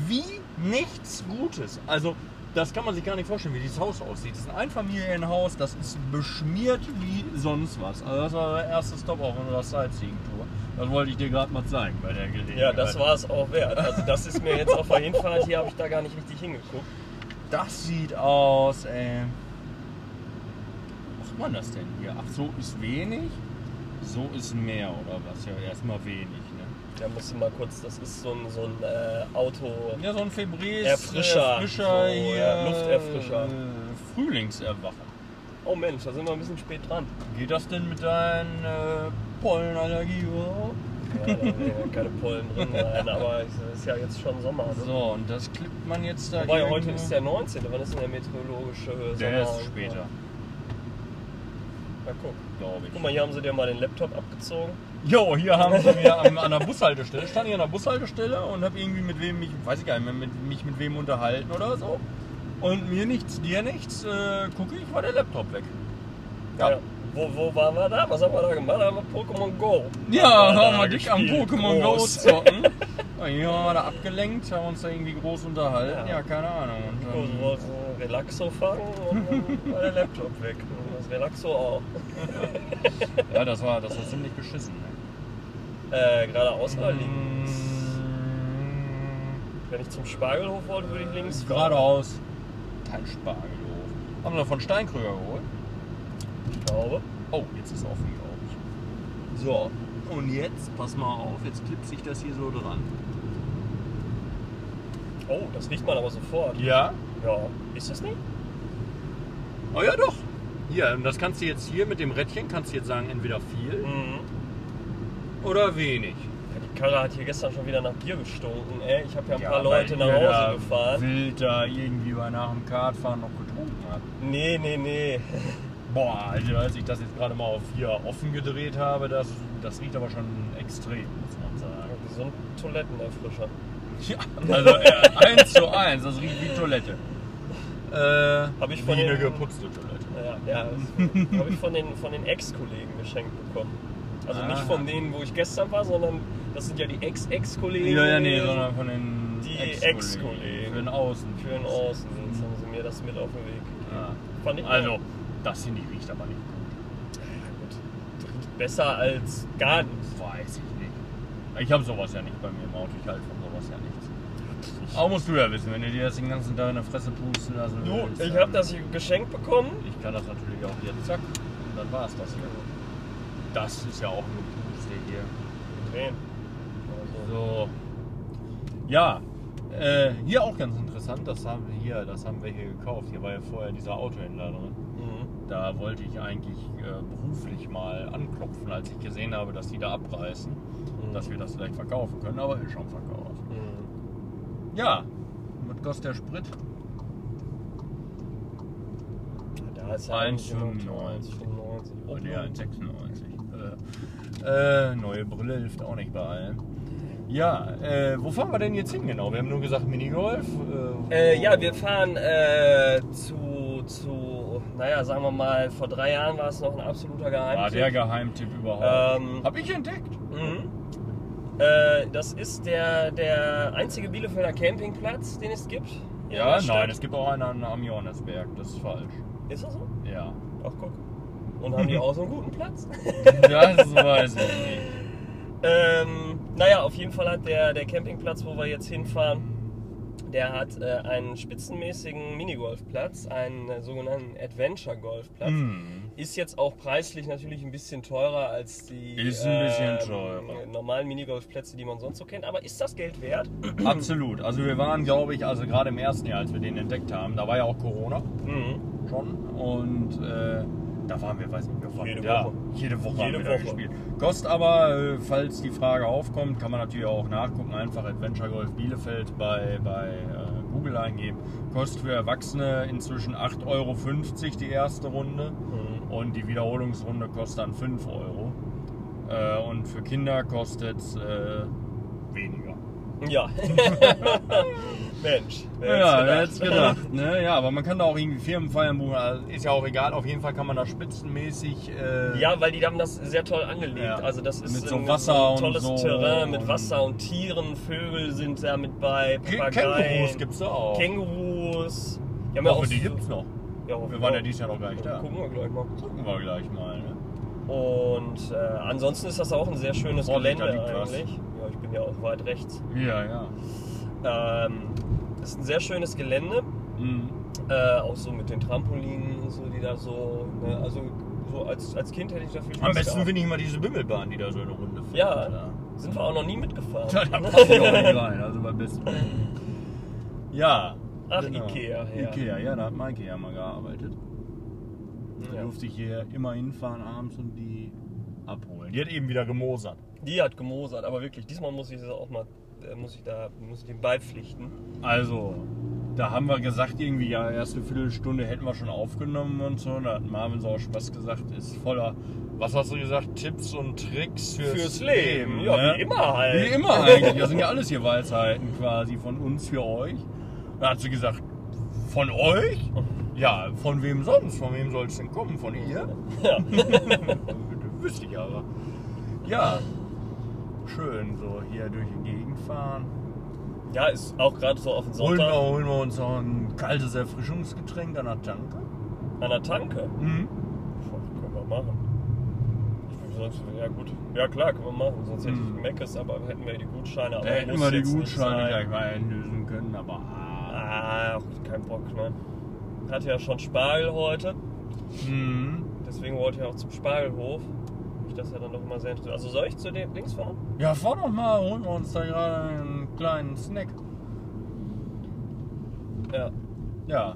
Speaker 1: wie nichts Gutes. Also, das kann man sich gar nicht vorstellen, wie dieses Haus aussieht. Es ist ein Einfamilienhaus, das ist beschmiert wie sonst was. Also, das war der erste Stop auf unserer Sightseeing-Tour. Das wollte ich dir gerade mal zeigen bei der Gelegenheit.
Speaker 2: Ja, das war es auch wert. Also das ist mir jetzt auf der Hinfahrt. Hier habe ich da gar nicht richtig hingeguckt.
Speaker 1: Das sieht aus, ey. Was macht man das denn hier? Ach, so ist wenig, so ist mehr oder was? Ja, erstmal wenig, ne?
Speaker 2: Da musst du mal kurz, das ist so ein, so ein äh, Auto.
Speaker 1: Ja, so ein Febris.
Speaker 2: Erfrischer.
Speaker 1: Erfrischer
Speaker 2: So,
Speaker 1: hier,
Speaker 2: ja, Lufterfrischer.
Speaker 1: Äh, Frühlingserwachen.
Speaker 2: Oh Mensch, da sind wir ein bisschen spät dran.
Speaker 1: Geht das denn mit deinen äh, Pollenallergie überhaupt?
Speaker 2: Ja, da werden ja keine Pollen drin sein, aber es ist ja jetzt schon Sommer. Ne?
Speaker 1: So, und das klippt man jetzt da
Speaker 2: Wobei,
Speaker 1: irgendwo-
Speaker 2: heute ist der 19. Wann ist denn der meteorologische Sommer?
Speaker 1: Der ist später,
Speaker 2: Na guck.
Speaker 1: glaube ich.
Speaker 2: Guck mal, hier haben sie dir mal den Laptop abgezogen.
Speaker 1: Jo, hier haben sie mir an, an der Bushaltestelle, stand ich an der Bushaltestelle und habe irgendwie mit wem mich, weiß ich gar nicht mehr, mit, mich mit wem unterhalten oder so. Und mir nichts, dir nichts, äh, gucke ich, war der Laptop weg. Ja, ja,
Speaker 2: Wo, wo waren wir da? Was haben wir da gemacht? Da haben wir Pokémon Go.
Speaker 1: ja
Speaker 2: da
Speaker 1: haben wir dich am
Speaker 2: gespielt. Oh,
Speaker 1: Pokémon Go
Speaker 2: Groß.
Speaker 1: zocken. Ja, hier haben wir da abgelenkt, haben uns da irgendwie groß unterhalten. Ja,
Speaker 2: Ja.
Speaker 1: keine Ahnung.
Speaker 2: So,
Speaker 1: Und,
Speaker 2: so
Speaker 1: dann-
Speaker 2: was, äh, Relaxo fangen und dann war der Laptop weg. Und Das Relaxo auch.
Speaker 1: ja, das war, das war ziemlich beschissen. Ne?
Speaker 2: Äh, geradeaus oder links?
Speaker 1: Mm.
Speaker 2: Wenn ich zum Spargelhof wollte, würde ich links fahren.
Speaker 1: Geradeaus. Kein Spargelhof. Haben wir noch von Steinkröger geholt?
Speaker 2: Ich glaube.
Speaker 1: Oh, jetzt ist offen, glaube ich. So, und jetzt, pass mal auf, jetzt klippt sich das hier so dran.
Speaker 2: Oh, das riecht man aber sofort.
Speaker 1: Ja?
Speaker 2: Ja. Ist das nicht?
Speaker 1: Oh ja, doch. Hier, und das kannst du jetzt hier mit dem Rädchen, kannst du jetzt sagen, entweder viel
Speaker 2: Mhm.
Speaker 1: oder wenig.
Speaker 2: Ja, Die Karre hat hier gestern schon wieder nach Bier gestunken, ey. Ich habe ja ein
Speaker 1: Ja,
Speaker 2: paar
Speaker 1: weil
Speaker 2: Leute nach
Speaker 1: ihr
Speaker 2: Hause
Speaker 1: da
Speaker 2: gefahren.
Speaker 1: Wild da irgendwie mal nach dem Kartfahren noch getrunken hat.
Speaker 2: Nee, nee, nee.
Speaker 1: Boah, also als ich das jetzt gerade mal auf hier offen gedreht habe, das, das riecht aber schon extrem, muss man sagen.
Speaker 2: So ein Toilettenerfrischer.
Speaker 1: Ja, also äh, eins zu eins, das riecht wie Toilette. Äh,
Speaker 2: Hab ich von
Speaker 1: wie eine
Speaker 2: den-
Speaker 1: geputzte Toilette.
Speaker 2: Ja, ja habe ich von den, von den Ex-Kollegen geschenkt bekommen. Also nicht
Speaker 1: Ah.
Speaker 2: von denen, wo ich gestern war, sondern das sind ja die Ex-Ex-Kollegen.
Speaker 1: Ja, ja, nee, sondern von den
Speaker 2: Die
Speaker 1: Ex-Kollegen.
Speaker 2: Ex-Kollegen.
Speaker 1: Für den Außen.
Speaker 2: Für den Außendienst haben sie mir das mit auf den Weg gegeben.
Speaker 1: Ja.
Speaker 2: Fand ich
Speaker 1: Also,
Speaker 2: gut.
Speaker 1: das hier nicht riecht aber nicht gut.
Speaker 2: Das riecht besser als gar nichts.
Speaker 1: Weiß ich nicht. Ich habe sowas ja nicht bei mir im Auto. Ich halte von sowas ja nichts. Auch musst du ja wissen, wenn du dir das den ganzen Tag in der Fresse pusten lassen
Speaker 2: Du,
Speaker 1: willst,
Speaker 2: ich
Speaker 1: dann-
Speaker 2: habe das hier geschenkt bekommen.
Speaker 1: Ich kann das natürlich auch jetzt zack. Und dann war es das hier. Das ist ja auch eine Puste hier.
Speaker 2: Tränen. Also,
Speaker 1: So. Ja, äh, hier auch ganz interessant, das haben wir hier, das haben wir hier gekauft. Hier war ja vorher dieser Autohändler drin.
Speaker 2: Mhm.
Speaker 1: Da wollte ich eigentlich äh, beruflich mal anklopfen, als ich gesehen habe, dass die da abreißen, dass wir das vielleicht verkaufen können, aber ist schon verkauft.
Speaker 2: Mhm.
Speaker 1: Ja, was kostet der Sprit?
Speaker 2: Da ist ja
Speaker 1: 1,95.
Speaker 2: 1,95.
Speaker 1: Oh, der 1,96. Äh, äh, neue Brille hilft auch nicht bei allem. Ja, äh, wo fahren wir denn jetzt hin genau? Wir haben nur gesagt Minigolf.
Speaker 2: Äh,
Speaker 1: wo-
Speaker 2: ja, wir fahren äh, zu zu, naja, sagen wir mal, vor drei Jahren war es noch ein absoluter
Speaker 1: Ah,
Speaker 2: Geheimtipp.
Speaker 1: der Geheimtipp überhaupt.
Speaker 2: Ähm.
Speaker 1: Hab ich entdeckt.
Speaker 2: Mhm. Äh, das ist der, der einzige Bielefelder Campingplatz, den es gibt. hier in
Speaker 1: Ja,
Speaker 2: der Stadt.
Speaker 1: nein, es gibt auch einen an- am Johannesberg. Das ist falsch.
Speaker 2: Ist das so?
Speaker 1: Ja.
Speaker 2: Ach, guck. Und haben die auch so einen guten Platz?
Speaker 1: Das weiß ich nicht.
Speaker 2: Ähm, naja, auf jeden Fall hat der, der Campingplatz, wo wir jetzt hinfahren, der hat äh, einen spitzenmäßigen Minigolfplatz, einen äh, sogenannten Adventure-Golfplatz.
Speaker 1: Hm.
Speaker 2: Ist jetzt auch preislich natürlich ein bisschen teurer als die ähm,
Speaker 1: Ist ein bisschen teurer.
Speaker 2: normalen Minigolfplätze, die man sonst so kennt. Aber ist das Geld wert?
Speaker 1: Absolut. Also wir waren, glaube ich, also gerade im ersten Jahr, als wir den entdeckt haben, da war ja auch Corona
Speaker 2: Mhm.
Speaker 1: schon. Und äh, da waren wir, weiß nicht, wir waren
Speaker 2: Jede
Speaker 1: da.
Speaker 2: Woche.
Speaker 1: Jede Woche haben
Speaker 2: Jede
Speaker 1: wir da
Speaker 2: Woche.
Speaker 1: gespielt. Kostet aber, äh, falls die Frage aufkommt, kann man natürlich auch nachgucken, einfach Adventure Golf Bielefeld bei, bei äh, Google eingeben. Kostet für Erwachsene inzwischen 8,50 Euro die erste Runde.
Speaker 2: Mhm.
Speaker 1: Und die Wiederholungsrunde kostet dann 5 Euro. Äh, und für Kinder kostet es äh, weniger.
Speaker 2: Mhm. Ja. Mensch. wer
Speaker 1: Ja, wer hätte
Speaker 2: hätte's
Speaker 1: es gedacht. Ne? Ja, aber man kann da auch irgendwie Firmenfeiern buchen. Also ist ja auch egal. Auf jeden Fall kann man da spitzenmäßig. Äh,
Speaker 2: Ja, weil die haben das sehr toll angelegt.
Speaker 1: Ja.
Speaker 2: Also das ist
Speaker 1: Mit so
Speaker 2: ein,
Speaker 1: Wasser
Speaker 2: ein
Speaker 1: und
Speaker 2: tolles
Speaker 1: so
Speaker 2: Terrain mit
Speaker 1: und-
Speaker 2: Wasser und Tieren, Vögel sind da mit bei,
Speaker 1: K-
Speaker 2: Papageien,
Speaker 1: Kängurus gibt's da auch.
Speaker 2: Kängurus. Ja,
Speaker 1: Ich hoffe, die gibt's noch.
Speaker 2: Ja, hoffen
Speaker 1: Wir waren ja dieses Jahr noch gar nicht da.
Speaker 2: Gucken wir gleich mal.
Speaker 1: Gucken wir gleich mal. Ne?
Speaker 2: Und äh, ansonsten ist das auch ein sehr schönes
Speaker 1: Boah,
Speaker 2: Gelände
Speaker 1: da liegt was.
Speaker 2: eigentlich. Ja, ich bin ja auch weit rechts.
Speaker 1: Ja, ja.
Speaker 2: Ähm, ist ein sehr schönes Gelände.
Speaker 1: Mhm.
Speaker 2: Äh, auch so mit den Trampolinen und so, die da so. Ne, also so als, als Kind hätte ich dafür
Speaker 1: Am besten finde ich immer diese Bimmelbahn, die da so eine Runde fährt.
Speaker 2: Ja.
Speaker 1: Da,
Speaker 2: Sind wir auch noch nie mitgefahren.
Speaker 1: da passt die auch nicht rein. Also beim besten. Willen. Ja. Genau.
Speaker 2: Ach, Ikea, ja.
Speaker 1: Ikea, ja, da hat mal Ikea mal gearbeitet. Da
Speaker 2: Ja.
Speaker 1: durfte ich hier immer hinfahren abends und die abholen. Die hat eben wieder gemosert.
Speaker 2: Die hat gemosert, aber wirklich, diesmal muss ich sie auch mal, äh, muss ich da, muss ich dem beipflichten.
Speaker 1: Also, da haben wir gesagt, irgendwie, ja, erst eine Viertelstunde hätten wir schon aufgenommen und so. Da hat Marvin so auch Spaß gesagt, ist voller, was hast du gesagt, Tipps und Tricks fürs,
Speaker 2: Ja,
Speaker 1: ne?
Speaker 2: wie immer halt.
Speaker 1: Wie immer eigentlich. Das sind ja alles hier Weisheiten quasi von uns für euch. Da hat sie gesagt, von euch? Ja, von wem sonst? Von wem soll es denn kommen? Von ihr?
Speaker 2: Ja.
Speaker 1: Wüsste ich aber. Ja, schön so hier durch die Gegend fahren.
Speaker 2: Ja, ist auch gerade so auf den
Speaker 1: Holen wir,
Speaker 2: Sonntag
Speaker 1: holen wir uns noch ein kaltes Erfrischungsgetränk an der Tanke.
Speaker 2: an der Tanke.
Speaker 1: Mhm.
Speaker 2: Boah, können wir machen. Ich bin sonst, ja gut. Ja klar, können wir machen. Sonst hätte ich
Speaker 1: Mhm.
Speaker 2: Meckes, aber hätten wir die Gutscheine.
Speaker 1: Da
Speaker 2: Aber
Speaker 1: hätten
Speaker 2: muss
Speaker 1: wir die
Speaker 2: jetzt nicht
Speaker 1: Gutscheine
Speaker 2: sein.
Speaker 1: gleich mal einlösen können, aber ah,
Speaker 2: Ah, kein Bock, ne? Hatte ja schon Spargel heute.
Speaker 1: mhm.
Speaker 2: Deswegen wollte ich auch zum Spargelhof. Mich das ja dann doch immer sehr interessiert. Also soll ich zu dem links fahren?
Speaker 1: Ja, fahr doch mal, holen wir uns da gerade einen kleinen Snack.
Speaker 2: Ja.
Speaker 1: Ja,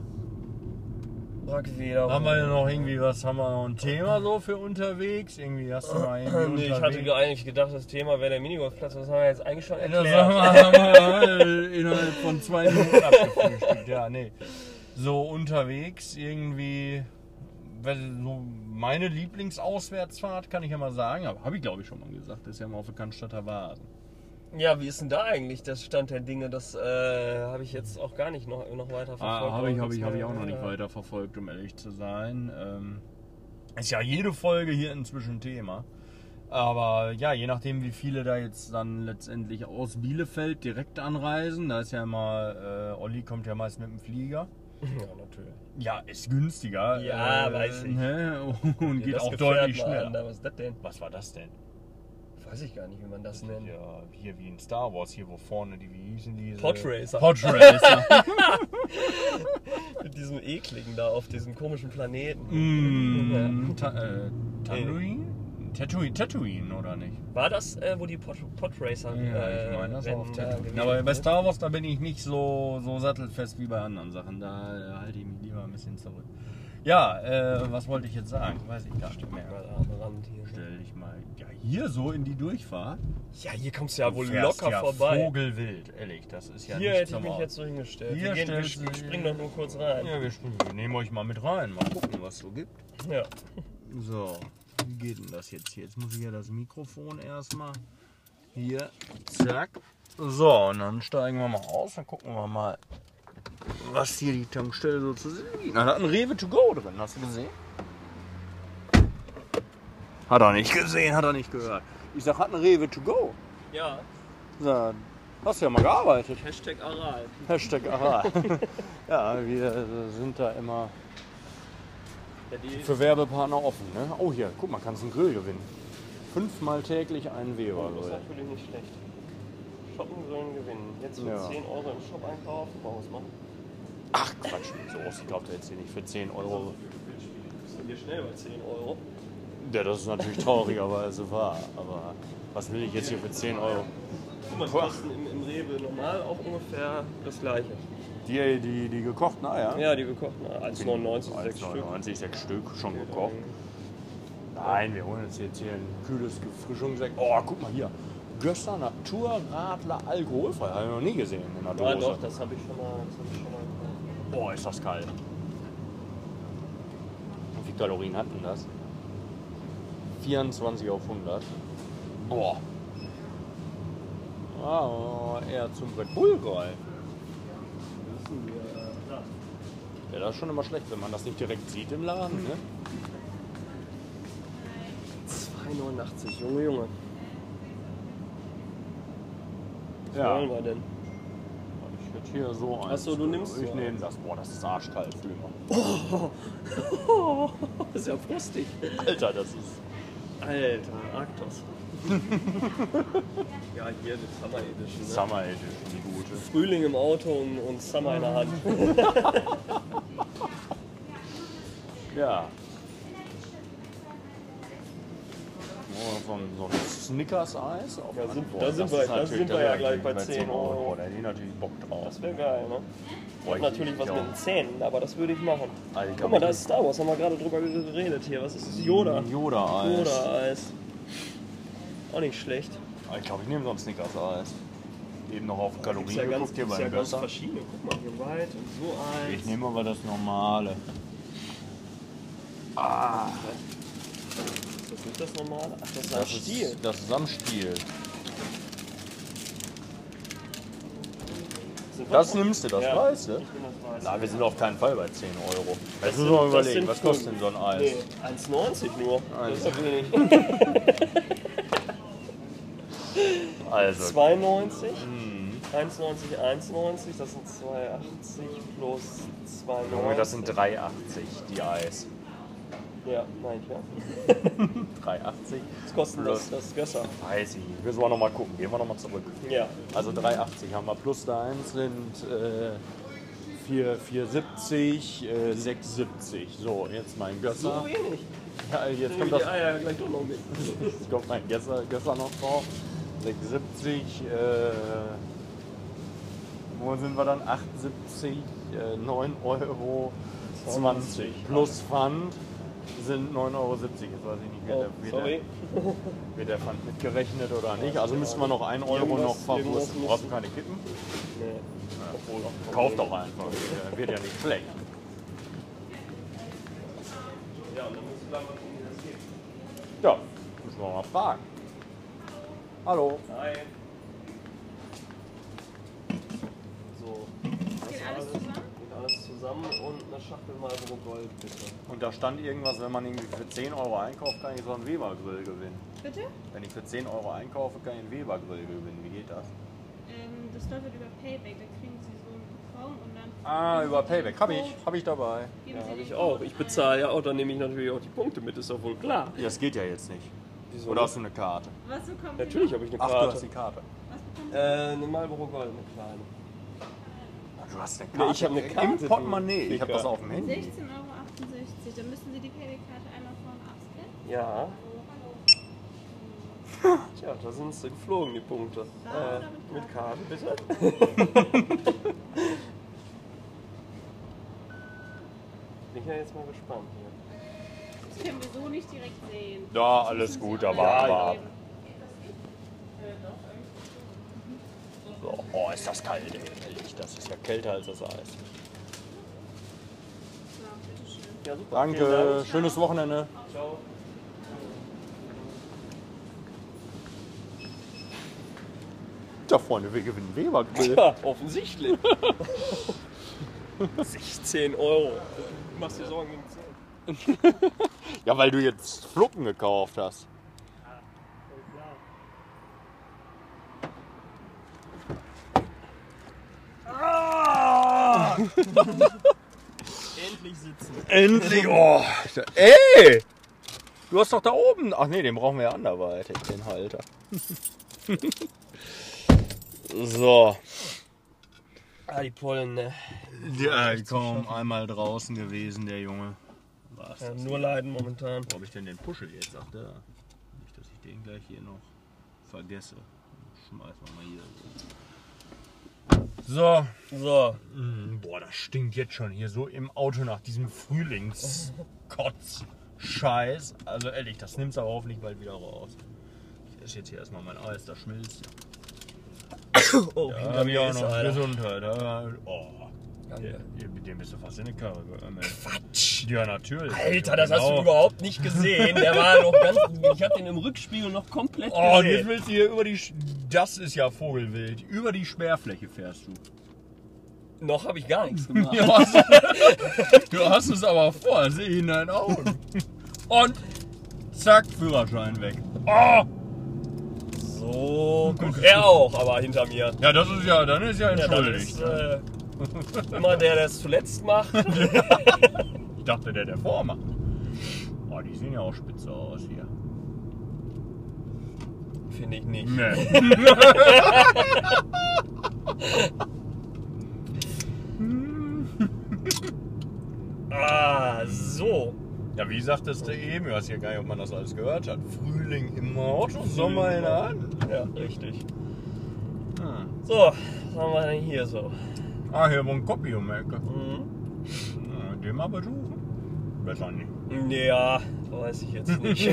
Speaker 2: Brackweder.
Speaker 1: haben wir denn noch irgendwie was, haben wir noch ein Thema so für unterwegs? Irgendwie hast du mal irgendwie
Speaker 2: Nee, ich hatte
Speaker 1: unterwegs-
Speaker 2: ge- eigentlich gedacht, das Thema wäre der Minigolfplatz. Das haben wir jetzt eigentlich schon
Speaker 1: Das
Speaker 2: erklärt.
Speaker 1: haben wir, haben wir äh, innerhalb von zwei Minuten abgefrühstückt. Ja, nee. So unterwegs irgendwie. weiß ich, So meine Lieblingsauswärtsfahrt kann ich ja mal sagen, aber habe ich glaube ich schon mal gesagt, das ist ja mal auf der Cannstatter Wasen.
Speaker 2: Ja, wie ist denn da eigentlich das Stand der Dinge? Das äh, habe ich jetzt auch gar nicht noch, noch weiter verfolgt.
Speaker 1: Ah, habe ich,
Speaker 2: Auch
Speaker 1: habe ich,
Speaker 2: nichts
Speaker 1: habe ich
Speaker 2: mehr,
Speaker 1: auch noch nicht
Speaker 2: äh,
Speaker 1: weiter verfolgt, um ehrlich zu sein. Ähm, ist ja jede Folge hier inzwischen Thema. Aber ja, je nachdem, wie viele da jetzt dann letztendlich aus Bielefeld direkt anreisen, da ist ja immer, äh, Olli kommt ja meist mit dem Flieger.
Speaker 2: Ja, natürlich.
Speaker 1: Ja, ist günstiger.
Speaker 2: Ja, weiß ich.
Speaker 1: ne? Und
Speaker 2: Ja,
Speaker 1: geht
Speaker 2: das
Speaker 1: auch
Speaker 2: gefährt
Speaker 1: deutlich
Speaker 2: mal
Speaker 1: schneller.
Speaker 2: an. Da, Was ist das denn?
Speaker 1: Was war das denn?
Speaker 2: Weiß ich gar nicht, wie man das nennt.
Speaker 1: Ja, hier wie in Star Wars, hier wo vorne die, wie hießen diese?
Speaker 2: Podracer.
Speaker 1: Podracer.
Speaker 2: Äh, Mit diesem ekligen da auf diesem komischen Planeten.
Speaker 1: mm, ta äh, Tatooine? Tatooine? Tatooine, oder nicht?
Speaker 2: Ja. War das, äh, wo die Pod Podracer äh, Rennen da gewesen
Speaker 1: Aber bei
Speaker 2: sind?
Speaker 1: Star Wars, da bin ich nicht so, so sattelfest wie bei anderen Sachen. Da äh, halte ich mich lieber ein bisschen zurück. Ja, äh, was wollte ich jetzt sagen? Weiß ich gar nicht
Speaker 2: Ja,
Speaker 1: mehr.
Speaker 2: da am Rand hier.
Speaker 1: Stell dich mal ja, hier so in die Durchfahrt.
Speaker 2: Ja, hier kommst du ja
Speaker 1: Du
Speaker 2: wohl
Speaker 1: fährst
Speaker 2: locker
Speaker 1: ja
Speaker 2: vorbei.
Speaker 1: Vogelwild, ehrlich, das ist ja
Speaker 2: hier
Speaker 1: nicht
Speaker 2: hätte ich
Speaker 1: zum
Speaker 2: mich
Speaker 1: Aus-
Speaker 2: jetzt so hingestellt.
Speaker 1: Hier
Speaker 2: wir gehen, wir
Speaker 1: stellst
Speaker 2: sp-
Speaker 1: du dich-
Speaker 2: springen doch nur kurz rein.
Speaker 1: Ja, wir, springen- wir nehmen euch mal mit rein, mal gucken, was so gibt.
Speaker 2: Ja.
Speaker 1: So, wie geht denn das jetzt hier? Jetzt muss ich ja das Mikrofon erstmal hier, zack. So, und dann steigen wir mal aus, dann gucken wir mal, was hier die Tankstelle so zu sehen gibt. Da hat ein Rewe to go drin, hast du gesehen? Hat er nicht gesehen, hat er nicht gehört. Ich sag, hat ein Rewe to go.
Speaker 2: Ja,
Speaker 1: Sag, hast ja mal gearbeitet.
Speaker 2: Hashtag Aral.
Speaker 1: Hashtag aha. ja, wir sind da immer
Speaker 2: Ja, die
Speaker 1: für Werbepartner offen. Ne? Oh hier, guck mal, kannst einen Grill gewinnen. Fünfmal täglich einen Weber.
Speaker 2: das ist
Speaker 1: Leute.
Speaker 2: natürlich nicht schlecht. Shoppen sollen gewinnen. Jetzt für
Speaker 1: Ja.
Speaker 2: 10 Euro im Shop einkaufen, Baus machen.
Speaker 1: Ach Quatsch, so ausgekauft hättest du nicht für 10 Euro.
Speaker 2: Sind hier schnell bei 10 Euro.
Speaker 1: Ja, das ist natürlich traurigerweise wahr, aber was will ich jetzt hier für 10 Euro?
Speaker 2: Guck mal, die kosten im, im Rewe normal auch ungefähr das gleiche.
Speaker 1: Die, die, die gekochten Eier?
Speaker 2: Ja, die gekochten 1,99 sechs Stück.
Speaker 1: 1,99, sechs Stück, schon gekocht. Nein, wir holen uns jetzt hier ein kühles Gefrischungssekt. Oh, guck mal hier. Göster Naturradler alkoholfrei. Habe ich noch nie gesehen in der
Speaker 2: Ja,
Speaker 1: Dose.
Speaker 2: doch, das habe ich schon mal. Das hab ich schon mal gemacht.
Speaker 1: Boah, ist das kalt. Wie viele Kalorien hatten das? 24 auf 100. Boah. Ah, eher zum Red Bull greifen. äh, Ja, das ist schon immer schlecht, wenn man das nicht direkt sieht im Laden. Ne?
Speaker 2: 2,89, Junge, Junge. Was wollen wir denn?
Speaker 1: Ich hätte hier so eins.
Speaker 2: Ach so, du nimmst
Speaker 1: Ich
Speaker 2: so
Speaker 1: nehme das. Boah, das ist arschkalt. Fühl mal.
Speaker 2: Das ist ja frustig.
Speaker 1: Alter, das ist.
Speaker 2: Alter, Arktos. ja, hier die Summer Edition. Ne?
Speaker 1: Summer Edition, die gute.
Speaker 2: Frühling im Auto und, und Summer in der Hand.
Speaker 1: Ja. Oh, so ein, so ein Snickers-Eis. auf
Speaker 2: Da
Speaker 1: der
Speaker 2: sind-
Speaker 1: Hand.
Speaker 2: da sind
Speaker 1: das
Speaker 2: wir-
Speaker 1: ist
Speaker 2: da
Speaker 1: natürlich-
Speaker 2: sind wir
Speaker 1: ist
Speaker 2: ja gleich
Speaker 1: natürlich
Speaker 2: bei 10 Euro.
Speaker 1: Boah, da hätte ich natürlich Bock drauf.
Speaker 2: Das wäre geil, ne? Ich hab natürlich was mit den Zähnen, aber das würde ich machen.
Speaker 1: Alter,
Speaker 2: Guck mal, da ist Star Wars, haben wir gerade drüber geredet hier. Was ist das? Yoda.
Speaker 1: Yoda-Eis.
Speaker 2: Yoda-Eis. Auch nicht schlecht.
Speaker 1: Ah, Ich glaube, ich nehme so ein Snickers-Eis. Eben noch auf Kalorien
Speaker 2: Gibt's ja ganz,
Speaker 1: geguckt hier beim
Speaker 2: gibt's ja ganz
Speaker 1: Gösser.
Speaker 2: verschiedene. Guck mal, hier Right und so eins.
Speaker 1: Ich nehme aber das normale.
Speaker 2: Ist das nicht das normale? Ach, das ist ein
Speaker 1: Das
Speaker 2: Stiel.
Speaker 1: Ist, das ist am Stiel.
Speaker 2: Sind wir
Speaker 1: Das
Speaker 2: drauf?
Speaker 1: nimmst du, das
Speaker 2: Ja.
Speaker 1: weißt du?
Speaker 2: Ich bin das Weiße.
Speaker 1: Na, wir sind auf keinen Fall bei 10 Euro.
Speaker 2: Das
Speaker 1: Jetzt
Speaker 2: sind-
Speaker 1: müssen wir mal
Speaker 2: das
Speaker 1: überlegen,
Speaker 2: sind
Speaker 1: was
Speaker 2: fünf.
Speaker 1: kostet denn so ein Eis?
Speaker 2: Nee, 1,90 nur.
Speaker 1: Ah,
Speaker 2: Das ist ja wenig.
Speaker 1: Also,
Speaker 2: 92, 1,90, 1,90, Mhm. das sind 2,80 plus 2,90.
Speaker 1: Junge, das sind 3,80 die Eis.
Speaker 2: Ja, nein, ja.
Speaker 1: 3,80?
Speaker 2: Was kostet
Speaker 1: Plus.
Speaker 2: das, das Gösser?
Speaker 1: Weiß ich nicht. Müssen wir nochmal gucken. Gehen wir nochmal zurück.
Speaker 2: Ja.
Speaker 1: Also 3,80 haben wir. Plus da eins sind äh, 4, 4,70, äh, 6,70. So, jetzt mein Gösser.
Speaker 2: So wenig.
Speaker 1: Ja, jetzt
Speaker 2: Nehme ich
Speaker 1: kommt
Speaker 2: die
Speaker 1: das
Speaker 2: Eier gleich doch noch mit.
Speaker 1: Jetzt kommt mein Gesser, Gesser noch drauf. 76, äh, wo sind wir dann? 78, äh, 9 Euro 20 plus Pfand sind 9,70 Euro. Jetzt weiß ich nicht, wird,
Speaker 2: Oh,
Speaker 1: der, wird,
Speaker 2: sorry.
Speaker 1: Der, wird der Pfand mitgerechnet oder nicht. Also müssen wir noch 1 Euro
Speaker 2: Irgendwas-
Speaker 1: noch
Speaker 2: irgendwas
Speaker 1: verwursten.
Speaker 2: muss-
Speaker 1: Brauchst du keine Kippen?
Speaker 2: Nee.
Speaker 1: Ah.
Speaker 2: Obwohl,
Speaker 1: Kauft doch einfach. Äh, Wird ja nicht schlecht.
Speaker 2: Ja, und dann musst du gleich mal gucken, wie das geht.
Speaker 1: Ja, müssen wir mal fragen. Hallo.
Speaker 2: Nein. So. Geht alles zusammen? Geht alles zusammen und eine Schachtel Marlboro Gold, bitte.
Speaker 1: Und da stand irgendwas, wenn man irgendwie für 10 Euro einkauft, kann ich so einen Weber-Grill gewinnen.
Speaker 3: Bitte?
Speaker 1: Wenn ich für 10 Euro einkaufe, kann ich einen Weber-Grill gewinnen. Wie geht das?
Speaker 3: Ähm, das läuft über Payback, da kriegen Sie so einen Coupon und dann.
Speaker 1: Ah, über Payback. Hab ich. Hab ich dabei.
Speaker 3: Geben
Speaker 2: Ja,
Speaker 3: Sie
Speaker 2: habe
Speaker 3: den
Speaker 2: ich auch.
Speaker 3: Code
Speaker 2: Ich
Speaker 3: ein.
Speaker 2: bezahle ja auch, dann nehme ich natürlich auch die Punkte mit, ist doch wohl klar.
Speaker 1: Ja, das geht ja jetzt nicht.
Speaker 2: Wieso
Speaker 1: Oder
Speaker 2: nicht?
Speaker 1: hast du eine Karte?
Speaker 3: Was genau. bekommt
Speaker 2: Natürlich
Speaker 3: ihr?
Speaker 2: habe ich eine
Speaker 1: Ach,
Speaker 2: Karte.
Speaker 1: du hast die Karte.
Speaker 3: Was bekommt ihr?
Speaker 2: äh, eine Marlboro Gold, eine kleine.
Speaker 1: Du hast eine
Speaker 2: Nee,
Speaker 1: Karte.
Speaker 2: ich hab eine Karte,
Speaker 1: Im Portemonnaie.
Speaker 2: du
Speaker 1: Ich habe
Speaker 2: Ficker.
Speaker 1: das auf dem Handy.
Speaker 3: 16,68 Euro. Dann müssen Sie die Payback-Karte einmal vorne abscannen.
Speaker 2: Ja. Tja, da sind sie geflogen, die Punkte.
Speaker 3: Da
Speaker 2: Äh,
Speaker 3: oder mit
Speaker 2: mit Karte, bitte. Bin ich ja jetzt mal gespannt hier.
Speaker 3: Das können wir so nicht direkt sehen.
Speaker 1: Ja, alles gut, da warten wir
Speaker 3: Ja,
Speaker 1: ab.
Speaker 3: Äh,
Speaker 1: So. Oh, ist das kalt, ey. Ehrlich, das ist ja kälter als das Eis.
Speaker 3: bitteschön.
Speaker 2: Ja, super. vielen
Speaker 1: Danke, schönes Wochenende.
Speaker 2: Dank. Ciao.
Speaker 1: Ja, Freunde, wir gewinnen Weber-Grill.
Speaker 2: Ja, offensichtlich. 16 Euro. Du machst dir Sorgen wegen 10.
Speaker 1: Ja, weil du jetzt Fluppen gekauft hast.
Speaker 2: Endlich sitzen.
Speaker 1: Endlich! Oh, da- ey! Du hast doch da oben. Ach nee, den brauchen wir ja anderweitig, den Halter. so.
Speaker 2: Ah, die Pollen, ne?
Speaker 1: Ja, kaum einmal draußen gewesen, der Junge. Was?
Speaker 2: Ja, nur leiden momentan.
Speaker 1: Wo habe ich denn den Puschel jetzt? Ach, da. Nicht, dass ich den gleich hier noch vergesse. Schmeiß wir mal hier. So.
Speaker 2: So, Mhm.
Speaker 1: Mm, Boah, das stinkt jetzt schon hier so im Auto nach diesem Frühlingskotz. Scheiß. Also ehrlich, das nimmt's aber hoffentlich bald wieder raus. Ich esse jetzt hier erstmal mein Eis, das schmilzt.
Speaker 2: oh,
Speaker 1: Ja,
Speaker 2: hinter
Speaker 1: hab ich
Speaker 2: mir
Speaker 1: auch
Speaker 2: ist
Speaker 1: noch
Speaker 2: einer.
Speaker 1: Gesundheit. ja. Oh.
Speaker 2: Danke.
Speaker 1: Ja, Mit dem bist du fast in die Karre geömmelt.
Speaker 2: Quatsch!
Speaker 1: Ja, natürlich.
Speaker 2: Alter, das hast du
Speaker 1: Genau.
Speaker 2: überhaupt nicht gesehen. Der war noch ganz. Ich hab den im Rückspiegel noch komplett
Speaker 1: Oh, und jetzt
Speaker 2: gesehen.
Speaker 1: willst du hier über die. Sch- Das ist ja Vogelwild. Über die Sperrfläche fährst du.
Speaker 2: noch habe ich gar nichts gemacht.
Speaker 1: Du hast, du hast es aber vor, sehe ich in deinen Augen. Und zack, Führerschein weg. Oh!
Speaker 2: So guckt er auch, aber hinter mir.
Speaker 1: Ja, das ist ja, dann ist ja
Speaker 2: Ja, das
Speaker 1: entschuldigt.
Speaker 2: ist äh, immer der, der es zuletzt macht.
Speaker 1: ich dachte, der der vormacht. Oh, die sehen ja auch spitze aus hier.
Speaker 2: Finde ich nicht.
Speaker 1: Nee.
Speaker 2: Ah, so.
Speaker 1: Ja, wie sagtest du eben, du hast ja gar nicht, ob man das alles gehört hat. Frühling im Auto, Sommer in der Hand.
Speaker 2: Ja, richtig.
Speaker 1: Hm.
Speaker 2: So, was haben wir denn hier so?
Speaker 1: Ah, hier war ein Koppi um die Ecke.
Speaker 2: Hm?
Speaker 1: Na, Den mal besuchen? Besser nicht.
Speaker 2: Ja, weiß ich jetzt nicht.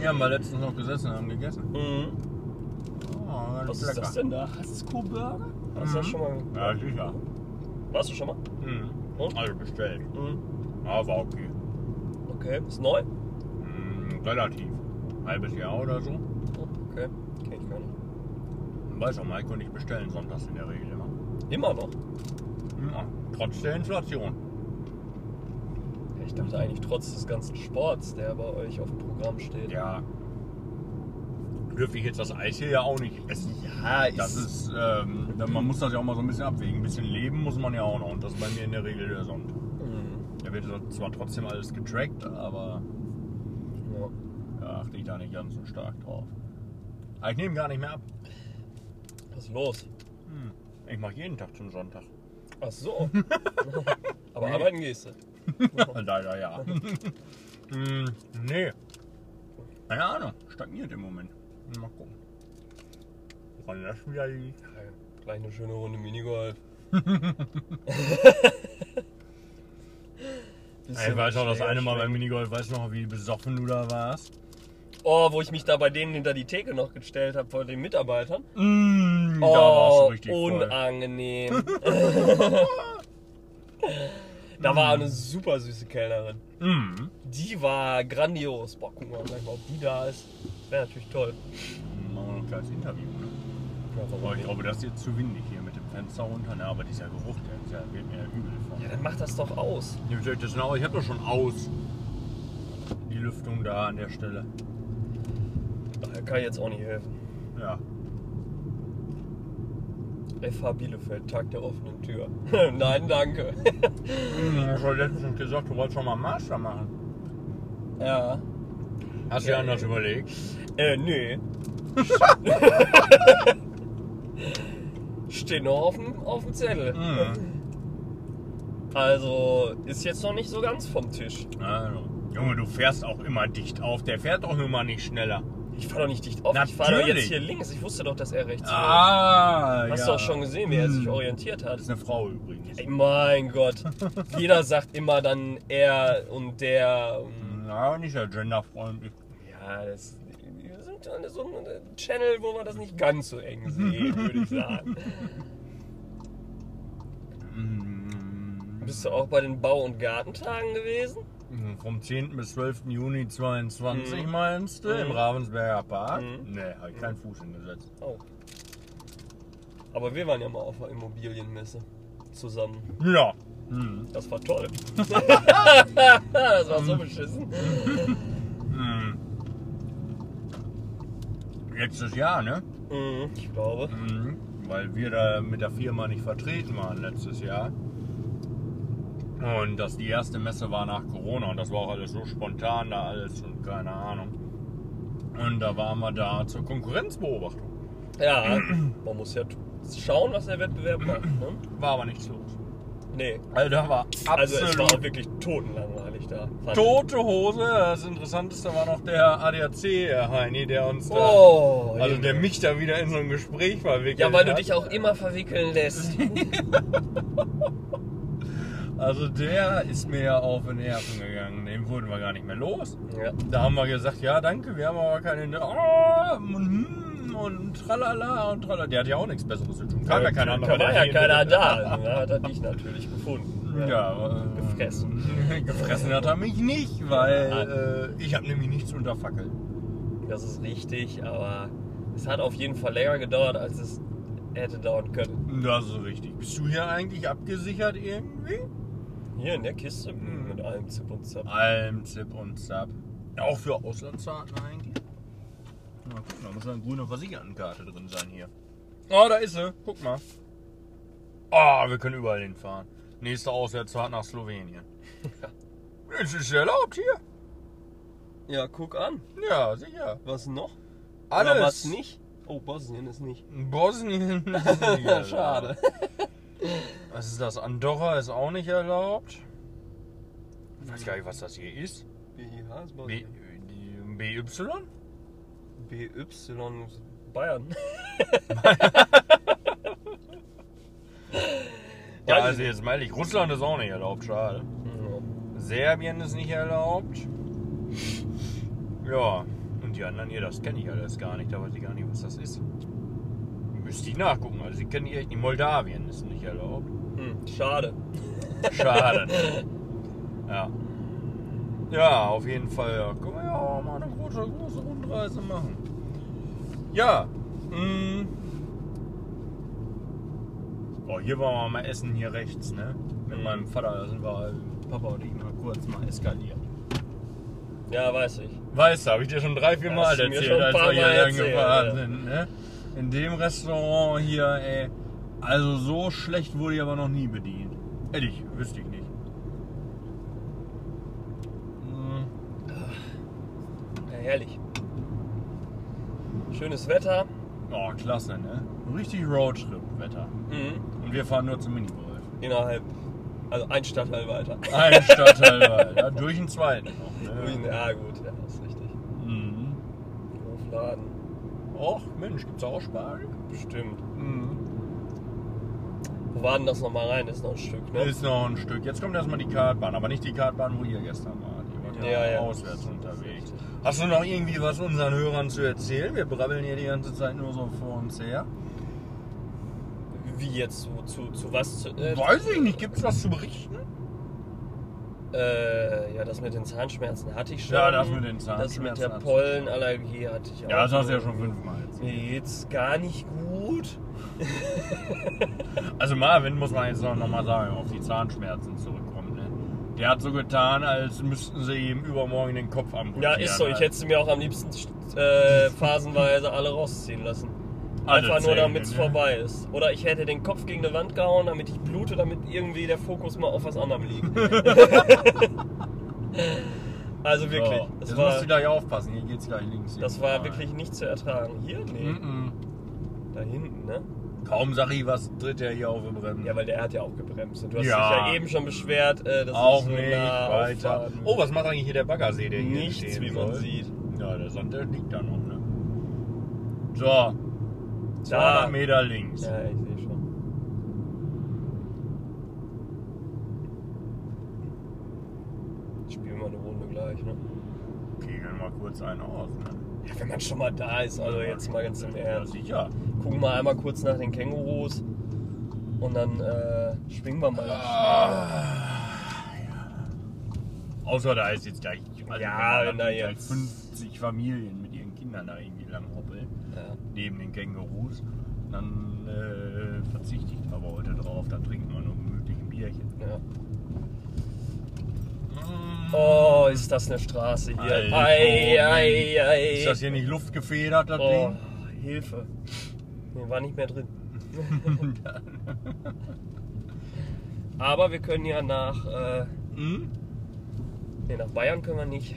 Speaker 1: Wir haben mal letztens noch gesessen und haben gegessen.
Speaker 2: Hm,
Speaker 1: Oh, ganz
Speaker 2: Was ist das denn da? Hasco-Burger? Hast du das
Speaker 1: Mhm.
Speaker 2: schon mal?
Speaker 1: Ja, sicher.
Speaker 2: Warst du schon mal?
Speaker 1: Mhm.
Speaker 2: Und?
Speaker 1: Also bestellt.
Speaker 2: Hm,
Speaker 1: Ja, war okay.
Speaker 2: Okay, ist neu?
Speaker 1: Mhm, relativ. Halbes Jahr oder so.
Speaker 2: Okay, kenn ich gar nicht.
Speaker 1: Weiß auch, Maiko nicht bestellen sonntags in der Regel immer.
Speaker 2: Immer noch?
Speaker 1: Ja, trotz der Inflation.
Speaker 2: Ich dachte eigentlich trotz des ganzen Sports, der bei euch auf dem Programm steht.
Speaker 1: Ja. Dürfte ich jetzt das Eis hier ja auch nicht essen.
Speaker 2: Ja, ist,
Speaker 1: Das ist, ähm, man muss das ja auch mal so ein bisschen abwägen. Ein bisschen leben muss man ja auch noch. Und das ist bei mir in der Regel der Sonntag.
Speaker 2: Mhm.
Speaker 1: Da wird zwar trotzdem alles getrackt, aber
Speaker 2: Ja.
Speaker 1: da achte ich da nicht ganz so stark drauf. Aber ich nehme gar nicht mehr ab.
Speaker 2: Was ist los?
Speaker 1: Hm. Ich mache jeden Tag zum Sonntag.
Speaker 2: Ach so. Aber arbeiten gehst du.
Speaker 1: Leider ja. Hm, nee. Keine Ahnung. Stagniert im Moment. Mal gucken. Wann das wieder liegt.
Speaker 2: Ja, Gleich eine schöne Runde Minigolf.
Speaker 1: Ich weiß noch, das eine Mal beim Minigolf, weiß noch, wie besoffen du da warst.
Speaker 2: Oh, wo ich mich da bei denen hinter die Theke noch gestellt habe, vor den Mitarbeitern.
Speaker 1: Mm, da warst du
Speaker 2: Oh,
Speaker 1: richtig voll.
Speaker 2: unangenehm. da war eine super süße Kellnerin.
Speaker 1: Mm.
Speaker 2: Die war grandios. Boah, guck mal, gleich mal, ob die da ist. Wäre natürlich toll.
Speaker 1: Machen wir noch ein kleines Interview. Ne? Aber ich glaube, das ist jetzt zu windig hier mit dem Fenster runter. Ne? Aber dieser Geruch, der ist ja, wird mir ja übel von.
Speaker 2: Ja, dann mach das doch aus.
Speaker 1: Nehmt euch das noch, ich hab doch schon aus. Die Lüftung da an der Stelle.
Speaker 2: Da kann ich jetzt auch nicht helfen.
Speaker 1: Ja.
Speaker 2: FH Bielefeld, Tag der offenen Tür. Nein, danke.
Speaker 1: Hm, Du hast doch letztens gesagt, du wolltest doch mal einen Master machen.
Speaker 2: ja.
Speaker 1: Hast du dir anders überlegt?
Speaker 2: Äh, nö. Steht noch auf dem, auf dem Zettel.
Speaker 1: Mhm.
Speaker 2: Also ist jetzt noch nicht so ganz vom Tisch.
Speaker 1: Also. Junge, du fährst auch immer dicht auf. Der fährt doch nun mal nicht schneller.
Speaker 2: Ich fahre doch nicht dicht auf. Ich fahre doch
Speaker 1: Natürlich.
Speaker 2: jetzt hier links. Ich wusste doch, dass er rechts fährt.
Speaker 1: Ah,
Speaker 2: Hast
Speaker 1: ja.
Speaker 2: du auch schon gesehen, wie er sich
Speaker 1: Hm.
Speaker 2: orientiert hat.
Speaker 1: Das ist eine Frau übrigens.
Speaker 2: Ey, mein Gott. Jeder sagt immer dann er und der.
Speaker 1: Na, Hm, nicht sehr genderfreundlich.
Speaker 2: Ja, das wir sind ja in so einem Channel, wo man das nicht ganz so eng sehen, würde ich sagen.
Speaker 1: Mhm.
Speaker 2: Bist du auch bei den Bau- und Gartentagen gewesen?
Speaker 1: Vom 10. bis 12. Juni 22
Speaker 2: Mhm.
Speaker 1: meinst du? Im
Speaker 2: Mhm.
Speaker 1: Ravensberger Park?
Speaker 2: Mhm.
Speaker 1: Nee, hab ich keinen Fuß hingesetzt.
Speaker 2: Oh. Aber wir waren ja mal auf der Immobilienmesse. zusammen.
Speaker 1: Ja. Hm.
Speaker 2: Das war toll. das war so beschissen.
Speaker 1: Hm. Letztes Jahr, ne?
Speaker 2: Mhm, Ich glaube.
Speaker 1: Mhm, weil wir da mit der Firma nicht vertreten waren letztes Jahr. Und das die erste Messe war nach Corona und das war auch alles so spontan da alles und keine Ahnung. Und da waren wir da zur Konkurrenzbeobachtung.
Speaker 2: Ja, man muss ja t- schauen, was der Wettbewerb macht. Ne?
Speaker 1: War aber nichts los.
Speaker 2: Nee.
Speaker 1: Also da war
Speaker 2: Also es war auch
Speaker 1: absolut
Speaker 2: wirklich totenlangweilig da. fand ich.
Speaker 1: tote Hose. Das Interessanteste war noch der ADAC-Heini, der uns da,
Speaker 2: Oh,
Speaker 1: also
Speaker 2: Junge.
Speaker 1: der mich da wieder in so ein Gespräch verwickelt
Speaker 2: Ja, weil du
Speaker 1: hat.
Speaker 2: dich auch immer verwickeln lässt.
Speaker 1: Also der ist mir ja auf den Nerven gegangen. Den wurden wir gar nicht mehr los.
Speaker 2: Ja.
Speaker 1: Da haben wir gesagt, ja danke, wir haben aber keine... Oh, und, hm, und tralala und tralala. Der hat ja auch nichts Besseres zu tun. Kam ja keiner anderer.
Speaker 2: Da war ja
Speaker 1: der
Speaker 2: keiner
Speaker 1: hier-
Speaker 2: da. Da hat er dich natürlich gefunden.
Speaker 1: Ja, äh,
Speaker 2: Gefressen. Ah.
Speaker 1: gefressen hat er mich nicht, weil äh, ich habe nämlich nichts unter Fackel.
Speaker 2: Das ist richtig, aber es hat auf jeden Fall länger gedauert, als es hätte dauern können.
Speaker 1: Das ist richtig. Bist du hier eigentlich abgesichert irgendwie?
Speaker 2: Hier in der Kiste hm, mit allem Zip und Zap.
Speaker 1: Alm, Zip und Zap. Auch für Auslandsfahrten eigentlich. Na guck mal, muss da eine grüne Versichertenkarte drin sein hier. Ah, da ist sie. Guck mal. Ah, wir können überall hinfahren. Nächste Auswärtsfahrt nach Slowenien. Es ist erlaubt hier.
Speaker 2: Ja, guck an.
Speaker 1: Ja, sicher.
Speaker 2: Was noch?
Speaker 1: Alles.
Speaker 2: Oder was nicht? Oh, Bosnien ist nicht.
Speaker 1: Bosnien. ist nicht erlaubt.
Speaker 2: Schade.
Speaker 1: Was ist das? Andorra ist auch nicht erlaubt. Ich weiß gar nicht, was das hier ist.
Speaker 2: BIH ist
Speaker 1: B,
Speaker 2: Bosnien.
Speaker 1: die- BY?
Speaker 2: BY ist Bayern.
Speaker 1: Ja,
Speaker 2: Weiß
Speaker 1: also
Speaker 2: ich
Speaker 1: jetzt meine ich, Russland ist auch nicht erlaubt, schade.
Speaker 2: nicht.
Speaker 1: Serbien ist nicht erlaubt. Ja, und die anderen hier, das kenne ich alles gar nicht. Da weiß ich gar nicht, was das ist. Müsste ich nachgucken. Also, ich kenne die echt nicht. Moldawien ist nicht erlaubt.
Speaker 2: Hm, schade.
Speaker 1: Schade. ja. Ja, auf jeden Fall. Ja. Können wir ja auch mal eine große, große Rundreise machen. Ja. mm. Oh, hier waren wir mal essen, hier rechts, ne? Mit meinem Vater, da sind wir, halt, Papa und ich mal kurz mal eskaliert.
Speaker 2: Ja, weiß ich.
Speaker 1: Weißt du, habe ich dir schon drei, vier
Speaker 2: Das
Speaker 1: Mal
Speaker 2: hast du mir
Speaker 1: erzählt,
Speaker 2: schon ein
Speaker 1: als
Speaker 2: paar
Speaker 1: wir hier
Speaker 2: Mal
Speaker 1: lang
Speaker 2: erzählt,
Speaker 1: gefahren
Speaker 2: ja.
Speaker 1: sind. Ne? In dem Restaurant hier, ey. Also so schlecht wurde ich aber noch nie bedient. Ehrlich, wüsste ich nicht. Hm,
Speaker 2: Ja, herrlich. Schönes Wetter.
Speaker 1: Oh, klasse, ne? Richtig Roadtrip-Wetter.
Speaker 2: Mhm.
Speaker 1: Und wir fahren nur zum Minigolf.
Speaker 2: Innerhalb, also ein Stadtteil weiter.
Speaker 1: Ein Stadtteil weiter, durch den zweiten noch. Ne?
Speaker 2: Ja, gut, ja, ist richtig.
Speaker 1: Mhm.
Speaker 2: Hofladen.
Speaker 1: Och, Mensch, gibt's auch Spargel?
Speaker 2: Bestimmt.
Speaker 1: Mhm.
Speaker 2: Wo war denn das nochmal rein? Ist noch ein Stück, ne?
Speaker 1: Ist noch ein Stück. Jetzt kommt erstmal die Kartbahn, aber nicht die Kartbahn, wo ihr gestern wart. Ihr wart
Speaker 2: Ja, ja.
Speaker 1: auswärts unterwegs. Hast du noch irgendwie was unseren Hörern zu erzählen? Wir brabbeln hier die ganze Zeit nur so vor uns her.
Speaker 2: Wie jetzt? Zu, zu, zu was? Zu, äh,
Speaker 1: Weiß ich nicht, gibt's was zu berichten?
Speaker 2: Äh, ja, das mit den Zahnschmerzen hatte ich schon.
Speaker 1: Ja, das mit den
Speaker 2: Das mit der
Speaker 1: Zahnschmerzen
Speaker 2: Pollenallergie hatte ich auch.
Speaker 1: also- fünfmal jetzt.
Speaker 2: Mir geht's gar nicht gut.
Speaker 1: Also Marvin muss man jetzt noch noch mal sagen, auf die Zahnschmerzen zurückkommen. Ne? Der hat so getan, als müssten sie ihm übermorgen den Kopf
Speaker 2: Ja,
Speaker 1: amputieren. ne?
Speaker 2: ist so. Ich
Speaker 1: Alter.
Speaker 2: hätte sie mir auch am liebsten äh, phasenweise alle rausziehen lassen.
Speaker 1: Alle
Speaker 2: Einfach nur,
Speaker 1: Zähne,
Speaker 2: damit es
Speaker 1: ne?
Speaker 2: vorbei ist. Oder ich hätte den Kopf gegen eine Wand gehauen, damit ich blute, damit irgendwie der Fokus mal auf was anderem liegt. also wirklich,
Speaker 1: So.
Speaker 2: das
Speaker 1: Jetzt
Speaker 2: war,
Speaker 1: musst du gleich aufpassen, hier geht's gleich links.
Speaker 2: das war wirklich nicht zu ertragen. Hier? Nee,
Speaker 1: Mhm.
Speaker 2: da hinten, ne?
Speaker 1: Kaum sag ich was, tritt er hier auf die Bremse.
Speaker 2: Ja, weil der hat ja auch gebremst. Und du hast
Speaker 1: Ja.
Speaker 2: dich ja eben schon beschwert, äh, dass
Speaker 1: Auch
Speaker 2: es so
Speaker 1: nicht
Speaker 2: nah
Speaker 1: weiter.
Speaker 2: auffahren.
Speaker 1: Oh, was macht eigentlich hier der Baggersee, der hier
Speaker 2: Nichts,
Speaker 1: stehen
Speaker 2: wie man
Speaker 1: soll?
Speaker 2: sieht.
Speaker 1: Ja, der Sand, der liegt da noch, ne? So, 200
Speaker 2: Da.
Speaker 1: Meter links.
Speaker 2: Ja, ich sehe schon. Spielen wir eine Runde gleich, ne?
Speaker 1: Okay, dann mal kurz einen aus, ne?
Speaker 2: Ja, wenn man schon mal da ist, also jetzt mal ganz im
Speaker 1: Ja,
Speaker 2: Ernst.
Speaker 1: sicher.
Speaker 2: Gucken wir einmal kurz nach den Kängurus und dann äh, schwingen wir mal.
Speaker 1: Außer da ist jetzt gleich, also
Speaker 2: Ja,
Speaker 1: wenn
Speaker 2: wenn da
Speaker 1: gleich
Speaker 2: jetzt-
Speaker 1: 50 Familien mit ihren Kindern da irgendwie lang hoppeln,
Speaker 2: Ja.
Speaker 1: neben den Kängurus. Dann äh, verzichte ich aber heute drauf. Dann trinken wir noch gemütlich ein Bierchen.
Speaker 2: Ja. Oh, ist das eine Straße hier.
Speaker 1: Alter,
Speaker 2: Ei, ei,
Speaker 1: Ist das
Speaker 2: ei.
Speaker 1: hier nicht luftgefedert, das
Speaker 2: Oh,
Speaker 1: Ding?
Speaker 2: Hilfe. Nee, war nicht mehr drin. Aber wir können ja nach, äh,
Speaker 1: Hm?
Speaker 2: nee, nach Bayern können wir nicht.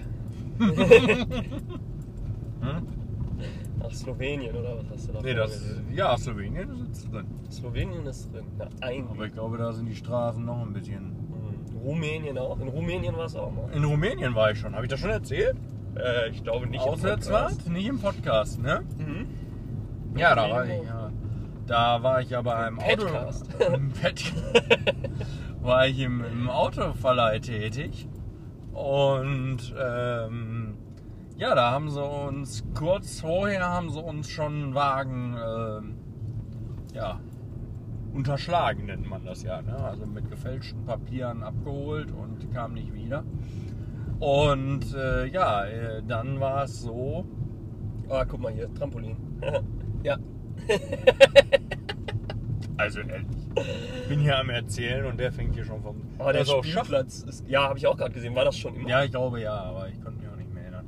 Speaker 2: Nach Slowenien oder was hast du da?
Speaker 1: Hm? Nee, das,
Speaker 2: vorgesehen?
Speaker 1: ja, Slowenien sitzt drin.
Speaker 2: Slowenien ist drin. Na, ein.
Speaker 1: Aber ich glaube, da sind die Straßen noch ein bisschen.
Speaker 2: Hm, Rumänien auch. In Rumänien war es auch mal.
Speaker 1: In Rumänien war ich schon. Habe ich das schon erzählt?
Speaker 2: Äh, ich glaube nicht. im Podcast.
Speaker 1: Auswärtsfahrt? Nicht im Podcast, ne?
Speaker 2: Mhm.
Speaker 1: Ja, da war ich. Ja. Da war ich aber im Auto.
Speaker 2: Podcast.
Speaker 1: Im Pet war ich im, im Autoverleih tätig. Und ähm, ja, da haben sie uns kurz vorher haben sie uns schon einen Wagen ähm, ja, unterschlagen, nennt man das ja. Ne? Also mit gefälschten Papieren abgeholt und kam nicht wieder. Und äh, ja, äh, dann war es so,
Speaker 2: Ah, guck mal hier, Trampolin. ja.
Speaker 1: Also ehrlich, ich bin hier am Erzählen und der fängt hier schon vom.
Speaker 2: Aber Oh, Ah, der
Speaker 1: Also auf Schach-
Speaker 2: Spielplatz ist. Ja, habe ich auch gerade gesehen. War das schon immer?
Speaker 1: Ja, ich glaube ja, aber ich konnte mich auch nicht mehr erinnern.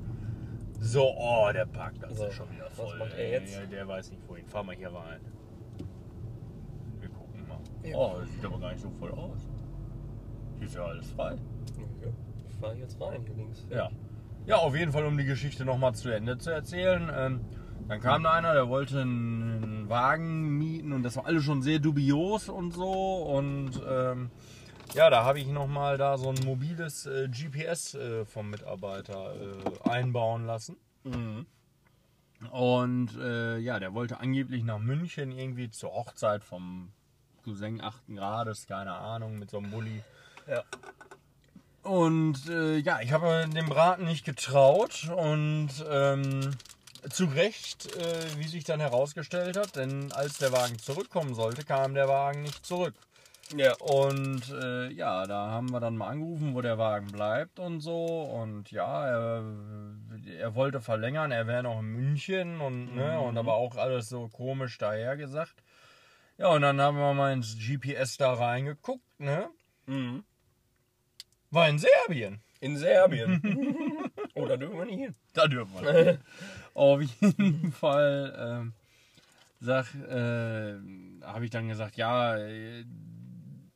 Speaker 1: So, oh, der Parkplatz
Speaker 2: So,
Speaker 1: ist schon wieder
Speaker 2: was
Speaker 1: voll.
Speaker 2: macht er
Speaker 1: ey.
Speaker 2: jetzt?
Speaker 1: Der, der weiß nicht wohin. Fahr mal hier rein. Wir gucken mal. Oh, das sieht aber gar nicht so voll aus. Hier ist ja alles frei.
Speaker 2: Ja, Ich fahre jetzt rein, hier links.
Speaker 1: Ja. Ja, auf jeden Fall, um die Geschichte nochmal zu Ende zu erzählen. Ähm, dann kam da einer, der wollte einen einen Wagen mieten und das war alles schon sehr dubios und so. Und ähm, ja, da habe ich nochmal da so ein mobiles äh, GPS äh, vom Mitarbeiter äh, einbauen lassen. Und äh, ja, der wollte angeblich nach München irgendwie zur Hochzeit vom Cousin 8. Grades, keine Ahnung, mit so einem Bulli.
Speaker 2: Ja.
Speaker 1: Und äh, ja, ich habe dem Braten nicht getraut und ähm, zu Recht, äh, wie sich dann herausgestellt hat, denn als der Wagen zurückkommen sollte, kam der Wagen nicht zurück.
Speaker 2: Ja.
Speaker 1: Und äh, ja, da haben wir dann mal angerufen, wo der Wagen bleibt und so. Und ja, er, er wollte verlängern, er wäre noch in München und, ne, und aber auch alles so komisch dahergesagt. Ja, und dann haben wir mal ins GPS da reingeguckt, ne?
Speaker 2: Mhm.
Speaker 1: War in Serbien.
Speaker 2: In Serbien. oh, da dürfen wir nicht hin.
Speaker 1: Da dürfen wir. nicht. Auf jeden Fall ähm, sag, äh, habe ich dann gesagt, ja, äh,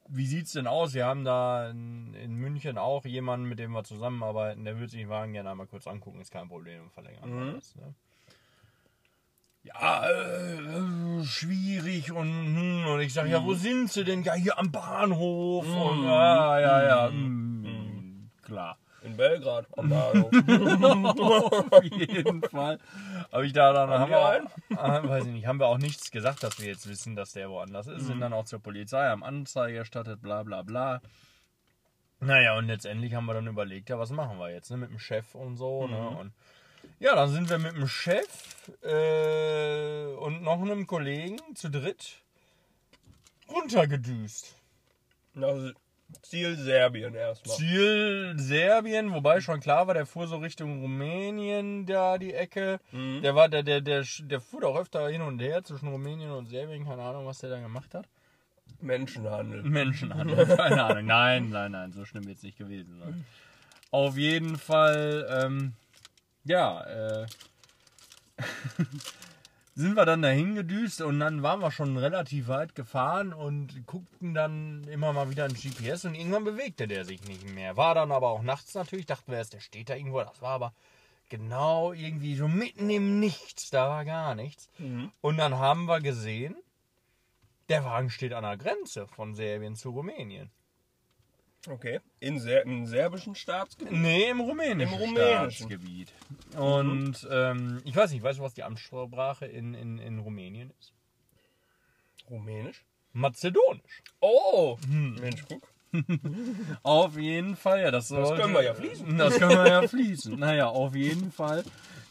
Speaker 1: wie sieht's denn aus? Wir haben da in, in München auch jemanden, mit dem wir zusammenarbeiten, der würde sich den Wagen gerne einmal kurz angucken, ist kein Problem und verlängern. wir Das, ne? Ja, äh, äh, schwierig und, hm, und ich sage, ja, wo sind sie denn? Ja, hier am Bahnhof. Und, ja, ja, ja. hm, Klar.
Speaker 2: In Belgrad. Am Bahnhof.
Speaker 1: Auf jeden Fall. Habe ich da dann haben
Speaker 2: wir
Speaker 1: wir, ah, weiß ich nicht, haben wir auch nichts gesagt, dass wir jetzt wissen, dass der woanders ist. Sind dann auch zur Polizei, haben Anzeige erstattet, bla bla bla. Naja, und letztendlich haben wir dann überlegt, ja, was machen wir jetzt, ne? Mit dem Chef und so, ne? Und ja, dann sind wir mit dem Chef äh, und noch einem Kollegen zu dritt runtergedüst.
Speaker 2: Nach Ziel Serbien erstmal.
Speaker 1: Ziel Serbien, wobei schon klar war, der fuhr so Richtung Rumänien da die Ecke. Der war der, der, der, der fuhr doch öfter hin und her zwischen Rumänien und Serbien, keine Ahnung, was der da gemacht hat. Mhm.
Speaker 2: Menschenhandel.
Speaker 1: Menschenhandel, keine Ahnung. Nein, nein, nein, so schlimm wird es nicht gewesen sein. Auf jeden Fall, ähm, ja, äh, sind wir dann dahin gedüst und dann waren wir schon relativ weit gefahren und guckten dann immer mal wieder ins GPS und irgendwann bewegte der sich nicht mehr. War dann aber auch nachts natürlich, dachten wir erst, der steht da irgendwo, das war aber genau irgendwie so mitten im Nichts, da war gar nichts. Und dann haben wir gesehen, der Wagen steht an der Grenze von Serbien zu Rumänien.
Speaker 2: Okay. In Ser Im serbischen Staatsgebiet.
Speaker 1: Nee, im rumänischen,
Speaker 2: Im rumänischen.
Speaker 1: Staatsgebiet. Und ähm, ich weiß nicht, weißt du, was die Amtssprache in, in, in Rumänien ist?
Speaker 2: Rumänisch.
Speaker 1: Mazedonisch.
Speaker 2: Oh! Mensch, guck.
Speaker 1: Auf jeden Fall, ja, das, sollte,
Speaker 2: können wir ja fließen.
Speaker 1: Das können wir ja fließen. Naja, auf jeden Fall.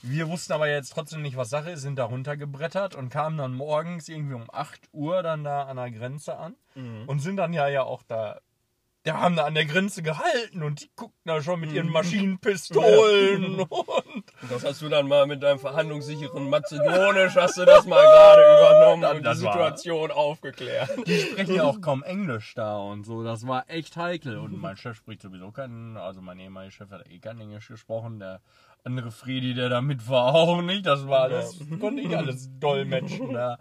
Speaker 1: Wir wussten aber jetzt trotzdem nicht, was Sache ist, sind da runtergebrettert und kamen dann
Speaker 2: Mhm.
Speaker 1: morgens irgendwie um 8 Uhr dann da an der Grenze an und sind dann ja, ja auch da da haben da an der Grenze gehalten und die guckten da schon mit
Speaker 2: Mhm.
Speaker 1: ihren Maschinenpistolen und
Speaker 2: Das hast du dann mal mit deinem verhandlungssicheren Mazedonisch, hast du das mal gerade übernommen und die
Speaker 1: das war-
Speaker 2: Situation aufgeklärt.
Speaker 1: die sprechen ja auch kaum Englisch da und so. Das war echt heikel. Und mein Chef spricht sowieso keinen, also mein ehemaliger Chef hat eh kein Englisch gesprochen. Der andere Friedi, der da mit war, auch nicht. Das war alles, konnte ich alles dolmetschen da.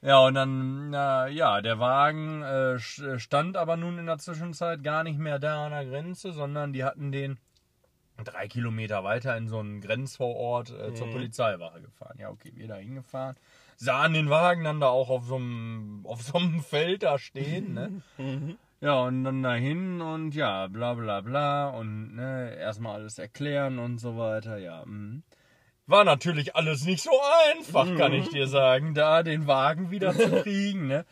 Speaker 1: Ja, und dann, na, ja, der Wagen äh, sch- stand aber nun in der Zwischenzeit gar nicht mehr da an der Grenze, sondern die hatten den drei Kilometer weiter in so einen Grenzvorort äh, zur Polizeiwache gefahren. Ja, okay, wir da hingefahren. Sahen den Wagen dann da auch auf so einem, auf so einem Feld da stehen, ne? Ja, und dann dahin und ja, bla bla bla und ne, erstmal alles erklären und so weiter, ja. mhm. War natürlich alles nicht so einfach, kann
Speaker 2: Mhm.
Speaker 1: ich dir sagen, da den Wagen wieder zu kriegen, ne?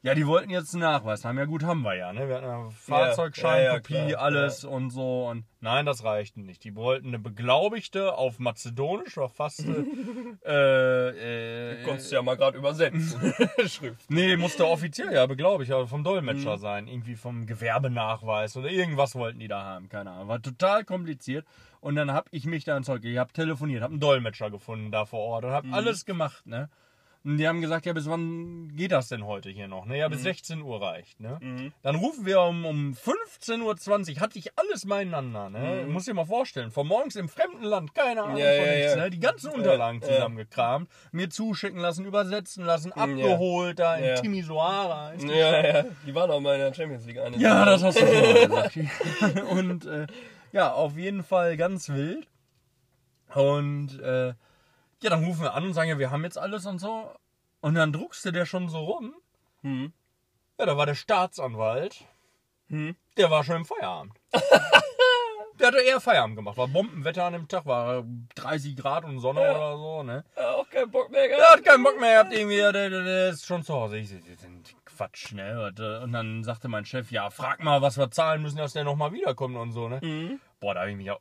Speaker 1: Ja, die wollten jetzt einen Nachweis haben. Ja gut, haben wir ja, ne? Wir hatten ja Fahrzeugschein,
Speaker 2: ja, ja,
Speaker 1: Kopie,
Speaker 2: klar, ja.
Speaker 1: alles und so. Und nein, das reichte nicht. Die wollten eine beglaubigte, auf Mazedonisch verfasste äh, äh,
Speaker 2: Konntest du ja mal gerade übersetzen. Schrift.
Speaker 1: Nee, musste offiziell, ja, glaube ich, aber vom Dolmetscher sein. Irgendwie vom Gewerbenachweis oder irgendwas wollten die da haben. Keine Ahnung. War total kompliziert. Und dann hab ich mich da ins Zeug, ich hab telefoniert, hab einen Dolmetscher gefunden da vor Ort und hab
Speaker 2: Mhm.
Speaker 1: alles gemacht, ne? Und die haben gesagt, ja, bis wann geht das denn heute hier noch? Ne? Ja, bis
Speaker 2: Mhm.
Speaker 1: 16 Uhr reicht, ne? Dann rufen wir um, um 15.20 Uhr, hatte ich alles beieinander, ne? Muss dir mal vorstellen, von morgens im fremden Land, keine Ahnung
Speaker 2: Mhm. Ja,
Speaker 1: von
Speaker 2: ja,
Speaker 1: nichts,
Speaker 2: ja.
Speaker 1: ne? Die ganzen Unterlagen
Speaker 2: ja.
Speaker 1: zusammengekramt, mir zuschicken lassen, übersetzen lassen, abgeholt da in
Speaker 2: Ja.
Speaker 1: Timisoara. Ist die
Speaker 2: Ja, ja. Die waren auch mal in der Champions League eine.
Speaker 1: ja, das hast du schon mal gesagt. Und äh, ja, auf jeden Fall ganz wild. Und äh, ja, dann rufen wir an und sagen, ja, wir haben jetzt alles und so. Und dann druckste der schon so rum.
Speaker 2: Hm.
Speaker 1: Ja, da war der Staatsanwalt. Der war schon im Feierabend. der hatte eher Feierabend gemacht. War Bombenwetter an dem Tag, war 30 Grad und Sonne oder so, ne?
Speaker 2: Ja, auch keinen Bock mehr
Speaker 1: Er
Speaker 2: gehabt.
Speaker 1: hat keinen Bock mehr gehabt, irgendwie, der, der, der ist schon zu Hause. Ich so, das sind Quatsch, ne? Und, äh, Und dann sagte mein Chef, ja, frag mal, was wir zahlen müssen, dass der nochmal wiederkommt und so, ne? Boah, da habe ich mich ja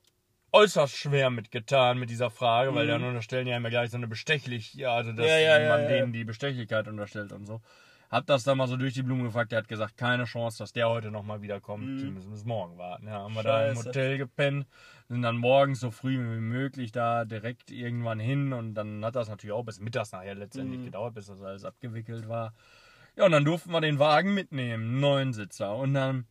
Speaker 1: äußerst schwer mitgetan mit dieser Frage, weil dann unterstellen ja immer gleich so eine bestechlich, ja, also dass
Speaker 2: Mhm. Ja, ja, ja,
Speaker 1: man
Speaker 2: ja.
Speaker 1: denen die Bestechlichkeit unterstellt und so. Hab das dann mal so durch die Blume gefragt, der hat gesagt, keine Chance, dass der heute nochmal wiederkommt. Die müssen bis morgen warten. Ja, haben wir da im
Speaker 2: Mhm. Scheiße.
Speaker 1: Hotel gepennt, sind dann morgens so früh wie möglich da direkt irgendwann hin und dann hat das natürlich auch bis mittags nachher
Speaker 2: Mhm.
Speaker 1: letztendlich gedauert, bis das alles abgewickelt war. Ja, und dann durften wir den Wagen mitnehmen, neun Sitzer. Und dann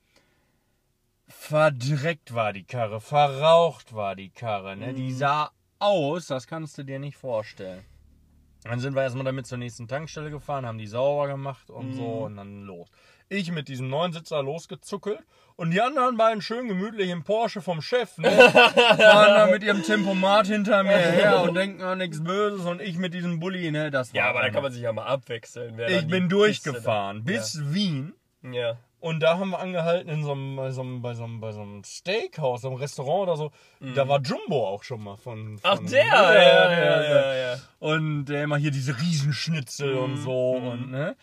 Speaker 1: verdreckt war die Karre, verraucht war die Karre. Ne?
Speaker 2: Mhm.
Speaker 1: Die sah aus, das kannst du dir nicht vorstellen. Dann sind wir erstmal damit zur nächsten Tankstelle gefahren, haben die sauber gemacht und
Speaker 2: Mhm.
Speaker 1: so und dann los. Ich mit diesem neuen Sitzer losgezuckelt und die anderen beiden schön gemütlich im Porsche vom Chef, ne? Fahren da mit ihrem Tempomat hinter mir her und denken an nichts Böses und ich mit diesem Bulli, ne? Das war
Speaker 2: Ja, aber da
Speaker 1: einer.
Speaker 2: kann man sich ja mal abwechseln. wer
Speaker 1: Ich
Speaker 2: dann
Speaker 1: bin
Speaker 2: die
Speaker 1: durchgefahren
Speaker 2: Piste
Speaker 1: bis Wien.
Speaker 2: dann- Ja.
Speaker 1: Und da haben wir angehalten in so einem, bei so einem, bei so einem, bei so einem Steakhouse, so einem Restaurant oder so. Da war Jumbo auch schon mal von. von
Speaker 2: Mhm. Ach, der! Mhm. Ja, ja, ja, ja. ja.
Speaker 1: Und der immer hier diese Riesenschnitzel und so und ne.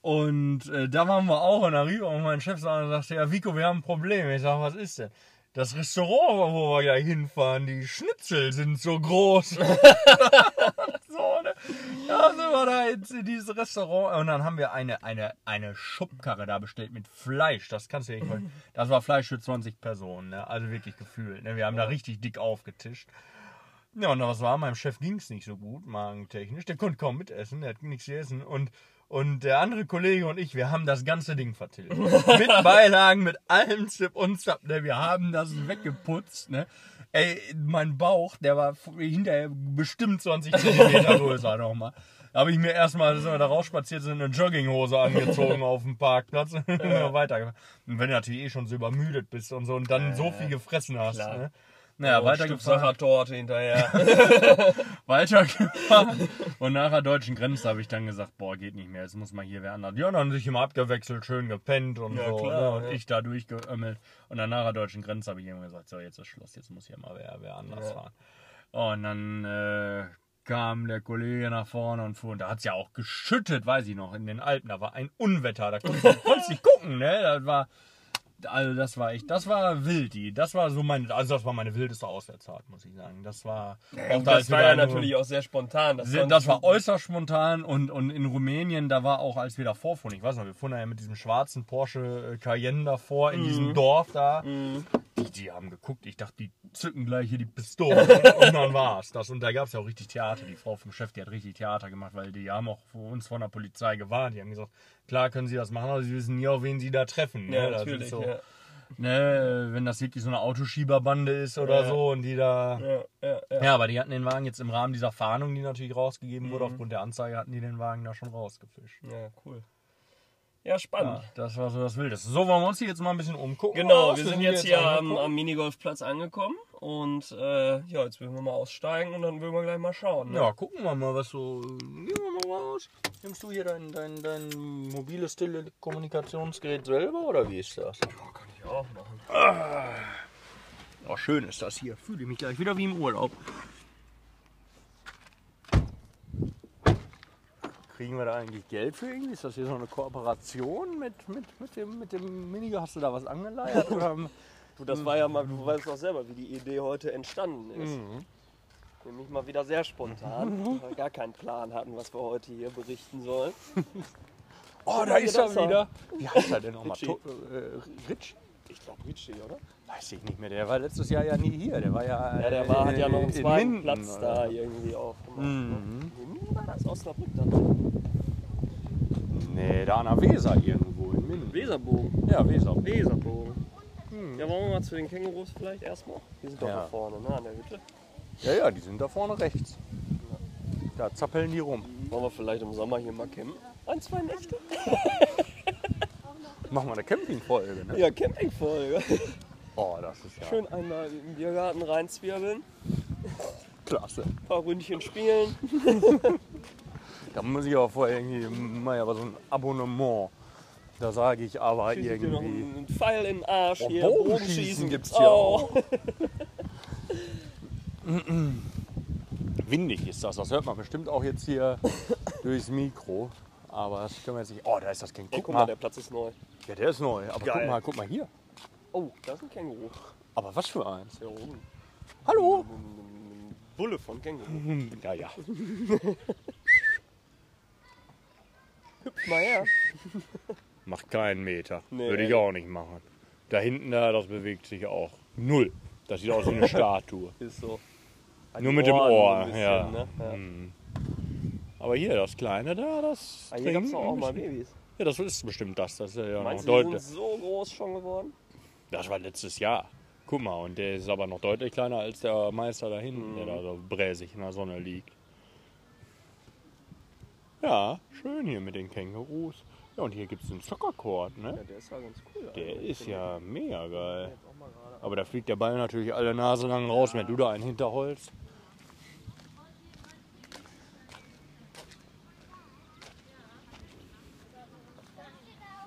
Speaker 1: Und äh, da waren wir auch und da rief auch mein Chef so an und sagte, ja Vico, wir haben ein Problem. Ich sag, was ist denn? Das Restaurant, wo wir gleich hinfahren, die Schnitzel sind so groß. so, ne? Ja, sind wir da jetzt in dieses Restaurant und dann haben wir eine, eine, eine Schubkarre da bestellt mit Fleisch. Das kannst du dir nicht vorstellen. Das war Fleisch für 20 Personen, ne? Also wirklich gefühlt. Ne? Wir haben da richtig dick aufgetischt. Ja, und was war? Meinem Chef ging es nicht so gut, magentechnisch. Der konnte kaum mitessen, der hat nichts gegessen. Und, und der andere Kollege und ich, wir haben das ganze Ding vertilgt. mit Beilagen, mit allem Zip und Zap. Ne? Wir haben das weggeputzt. Ne? Ey, mein Bauch, der war f- hinterher bestimmt 20 Zentimeter größer nochmal. Da habe ich mir erstmal, sind wir da rausspaziert sind, eine Jogginghose angezogen auf dem Parkplatz und sind wir weitergefahren. Und wenn du natürlich eh schon so übermüdet bist und so und dann so viel gefressen hast.
Speaker 2: klar.
Speaker 1: Ne? Naja,
Speaker 2: Oh, Stück
Speaker 1: weitergefahren
Speaker 2: Sachertorte hinterher.
Speaker 1: weitergefahren. Und nach der deutschen Grenze habe ich dann gesagt, boah, geht nicht mehr, jetzt muss mal hier wer anders. Ja, und dann sich immer abgewechselt, schön gepennt und
Speaker 2: Ja,
Speaker 1: so.
Speaker 2: klar,
Speaker 1: ne? Und
Speaker 2: ja.
Speaker 1: ich da durchgeömmelt. Und dann nach der deutschen Grenze habe ich irgendwann gesagt, so, jetzt ist Schluss, jetzt muss hier mal wer, wer anders fahren. Oh, Und dann äh, kam der Kollege nach vorne und fuhr. Und da hat es ja auch geschüttet, weiß ich noch, in den Alpen. Da war ein Unwetter, da konntest du konntest nicht gucken, ne? Das war
Speaker 4: also das war echt, das war wild, die. Das war so meine, also das war meine wildeste Auswärtsfahrt, muss ich sagen. Das war, auch
Speaker 2: Und das
Speaker 4: als wir
Speaker 2: war ja
Speaker 4: da nur-
Speaker 2: natürlich auch sehr spontan. Das,
Speaker 4: sehr-
Speaker 2: konnte-
Speaker 4: das war äußerst spontan und, und in Rumänien, da war auch, als wir davor fuhren, ich weiß noch, wir fuhren da ja mit diesem schwarzen Porsche äh, Cayenne davor in diesem
Speaker 2: Mhm.
Speaker 4: Dorf da. Die, die haben geguckt, ich dachte, die zücken gleich hier die Pistole und dann war's das. Und da gab es ja auch richtig Theater. Die Frau vom Chef, die hat richtig Theater gemacht, weil die haben auch vor uns von der Polizei gewarnt. Die haben gesagt, klar können sie das machen, aber sie wissen nie, auf wen sie da treffen.
Speaker 2: ja,
Speaker 4: ne? das ist
Speaker 2: natürlich.
Speaker 4: so,
Speaker 2: ja.
Speaker 4: ne, wenn das wirklich so eine Autoschieberbande ist oder
Speaker 2: Ja.
Speaker 4: so und die da.
Speaker 2: Ja, ja, ja.
Speaker 4: Ja, aber die hatten den Wagen jetzt im Rahmen dieser Fahndung, die natürlich rausgegeben
Speaker 2: Mhm.
Speaker 4: wurde, aufgrund der Anzeige hatten die den Wagen da schon rausgefischt.
Speaker 2: ja, cool. Ja, spannend.
Speaker 4: Ja, das war so das Wildeste. So, wollen wir uns hier jetzt mal ein bisschen umgucken?
Speaker 2: Genau,
Speaker 4: oder was?
Speaker 2: wir sind jetzt hier am,
Speaker 4: angekommen.
Speaker 2: am Minigolfplatz angekommen und äh, ja, jetzt würden wir mal aussteigen und dann würden wir gleich mal schauen. Ne?
Speaker 4: Ja, gucken wir mal, was so. äh, Gehen wir mal raus. Nimmst du hier dein, dein, dein mobiles Telekommunikationsgerät selber oder wie ist das?
Speaker 2: Kann ich auch machen.
Speaker 4: Oh, Ah. schön ist das hier. Fühle mich gleich wieder wie im Urlaub.
Speaker 1: Kriegen wir da eigentlich Geld für irgendwie? Ist das hier so eine Kooperation mit, mit, mit dem, mit dem Miniger? Hast du da was angeleiert? Oder?
Speaker 2: Du, das war ja mal, du weißt doch selber, wie die Idee heute entstanden ist. Nämlich mal wieder sehr spontan, weil wir gar keinen Plan hatten, was wir heute hier berichten sollen.
Speaker 1: Oh, da ist
Speaker 2: da
Speaker 1: er
Speaker 2: ist er.
Speaker 1: wieder. Wie heißt er denn nochmal?
Speaker 2: Ritchie.
Speaker 1: To- äh, Ritch?
Speaker 2: Ich glaube Ritchie, oder?
Speaker 1: Weiß ich nicht mehr. Der war letztes Jahr ja nie hier. Der war ja.
Speaker 2: Ja, der
Speaker 1: äh,
Speaker 2: war, hat ja noch einen
Speaker 1: in
Speaker 2: zweiten
Speaker 1: Minden,
Speaker 2: Platz
Speaker 1: oder?
Speaker 2: da irgendwie aufgemacht.
Speaker 1: Mhm.
Speaker 2: Ne? Minden war das? Osnabrück dann?
Speaker 1: Nee, da an der Weser irgendwo in Minden.
Speaker 2: Weserbogen.
Speaker 1: Ja, Weser.
Speaker 2: Weserbogen. Ja, wollen wir mal zu den Kängurus vielleicht erstmal? Die sind doch
Speaker 1: Ja.
Speaker 2: da vorne, ne, an der Hütte.
Speaker 1: Ja, ja, die sind da vorne rechts. Da zappeln die rum.
Speaker 2: Wollen wir vielleicht im Sommer hier mal campen? Ein, zwei Nächte?
Speaker 1: Machen wir eine Campingfolge, ne?
Speaker 2: Ja, Campingfolge.
Speaker 1: Oh, das ist ja
Speaker 2: Schön einmal im Biergarten reinzwirbeln,
Speaker 1: klasse.
Speaker 2: ein paar Ründchen spielen.
Speaker 1: Da muss ich aber vorher irgendwie mal aber so ein Abonnement. Da sage ich aber
Speaker 2: Schießt dir noch
Speaker 1: irgendwie.
Speaker 2: einen Pfeil in den Arsch
Speaker 1: Oh,
Speaker 2: hier. Oh.
Speaker 1: Bogenschießen gibt's hier Windig ist das. Das hört man bestimmt auch jetzt hier durchs Mikro. Aber das können wir jetzt nicht. Oh, da ist das Kind.
Speaker 2: Oh,
Speaker 1: Guck,
Speaker 2: guck mal,
Speaker 1: mal.
Speaker 2: der Platz ist neu.
Speaker 1: ja, der ist neu. Aber guck
Speaker 2: Geil.
Speaker 1: mal, guck mal hier.
Speaker 2: Oh, da ist ein Känguru.
Speaker 1: Aber was für eins.
Speaker 2: Der oben.
Speaker 1: Hallo.
Speaker 2: Bulle von Känguru.
Speaker 1: Ja, ja.
Speaker 2: Hüpf mal her.
Speaker 1: Macht keinen Meter.
Speaker 2: Nee,
Speaker 1: Würde ich
Speaker 2: ehrlich.
Speaker 1: auch nicht machen. Da hinten, da, das bewegt sich auch. Null. Das sieht aus wie eine Statue.
Speaker 2: Ist so.
Speaker 1: Nur mit dem
Speaker 2: Ohren so
Speaker 1: Ohr.
Speaker 2: ein bisschen,
Speaker 1: ja.
Speaker 2: ne? Ja.
Speaker 1: Aber hier, das Kleine da, das.
Speaker 2: Ah, hier gab es
Speaker 1: trinkt ein
Speaker 2: auch mal
Speaker 1: bisschen.
Speaker 2: Babys.
Speaker 1: Ja, das ist bestimmt das. Das ist ja noch
Speaker 2: Meinst du, die
Speaker 1: deutlich.
Speaker 2: sind so groß schon geworden?
Speaker 1: Das war letztes Jahr. Guck mal, und der ist aber noch deutlich kleiner als der Meister da hinten, der da so bräsig in der Sonne liegt. Ja, schön hier mit den Kängurus. Ja, und hier gibt es den Soccercourt, ne?
Speaker 2: der ist ja ganz cool.
Speaker 1: Der ist ja mega geil. Aber da fliegt der Ball natürlich alle Nase lang raus, wenn du da einen hinterholst.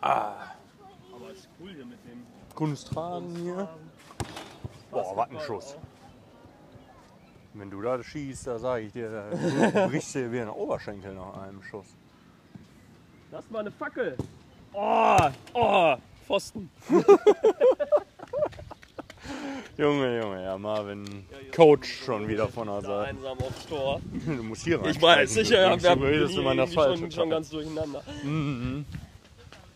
Speaker 1: Ah.
Speaker 2: Aber ist cool hier mit dem.
Speaker 1: Kunstfaden hier. Boah, was ein Schuss. Wenn du da schießt, da sage ich dir, da brichst dir wie ein Oberschenkel nach einem Schuss.
Speaker 2: Lass mal eine Fackel. Oh, oh, Pfosten.
Speaker 1: Junge, Junge, ja, Marvin. Coach schon wieder von der Seite.
Speaker 2: Einsam aufs Tor.
Speaker 1: Du musst hier rein.
Speaker 2: Ich weiß, sicher, ja,
Speaker 1: wir
Speaker 2: wir haben
Speaker 1: redest du mal das
Speaker 2: irgendwie
Speaker 1: Falsche.
Speaker 2: schon, schon ganz durcheinander.
Speaker 1: Mhm,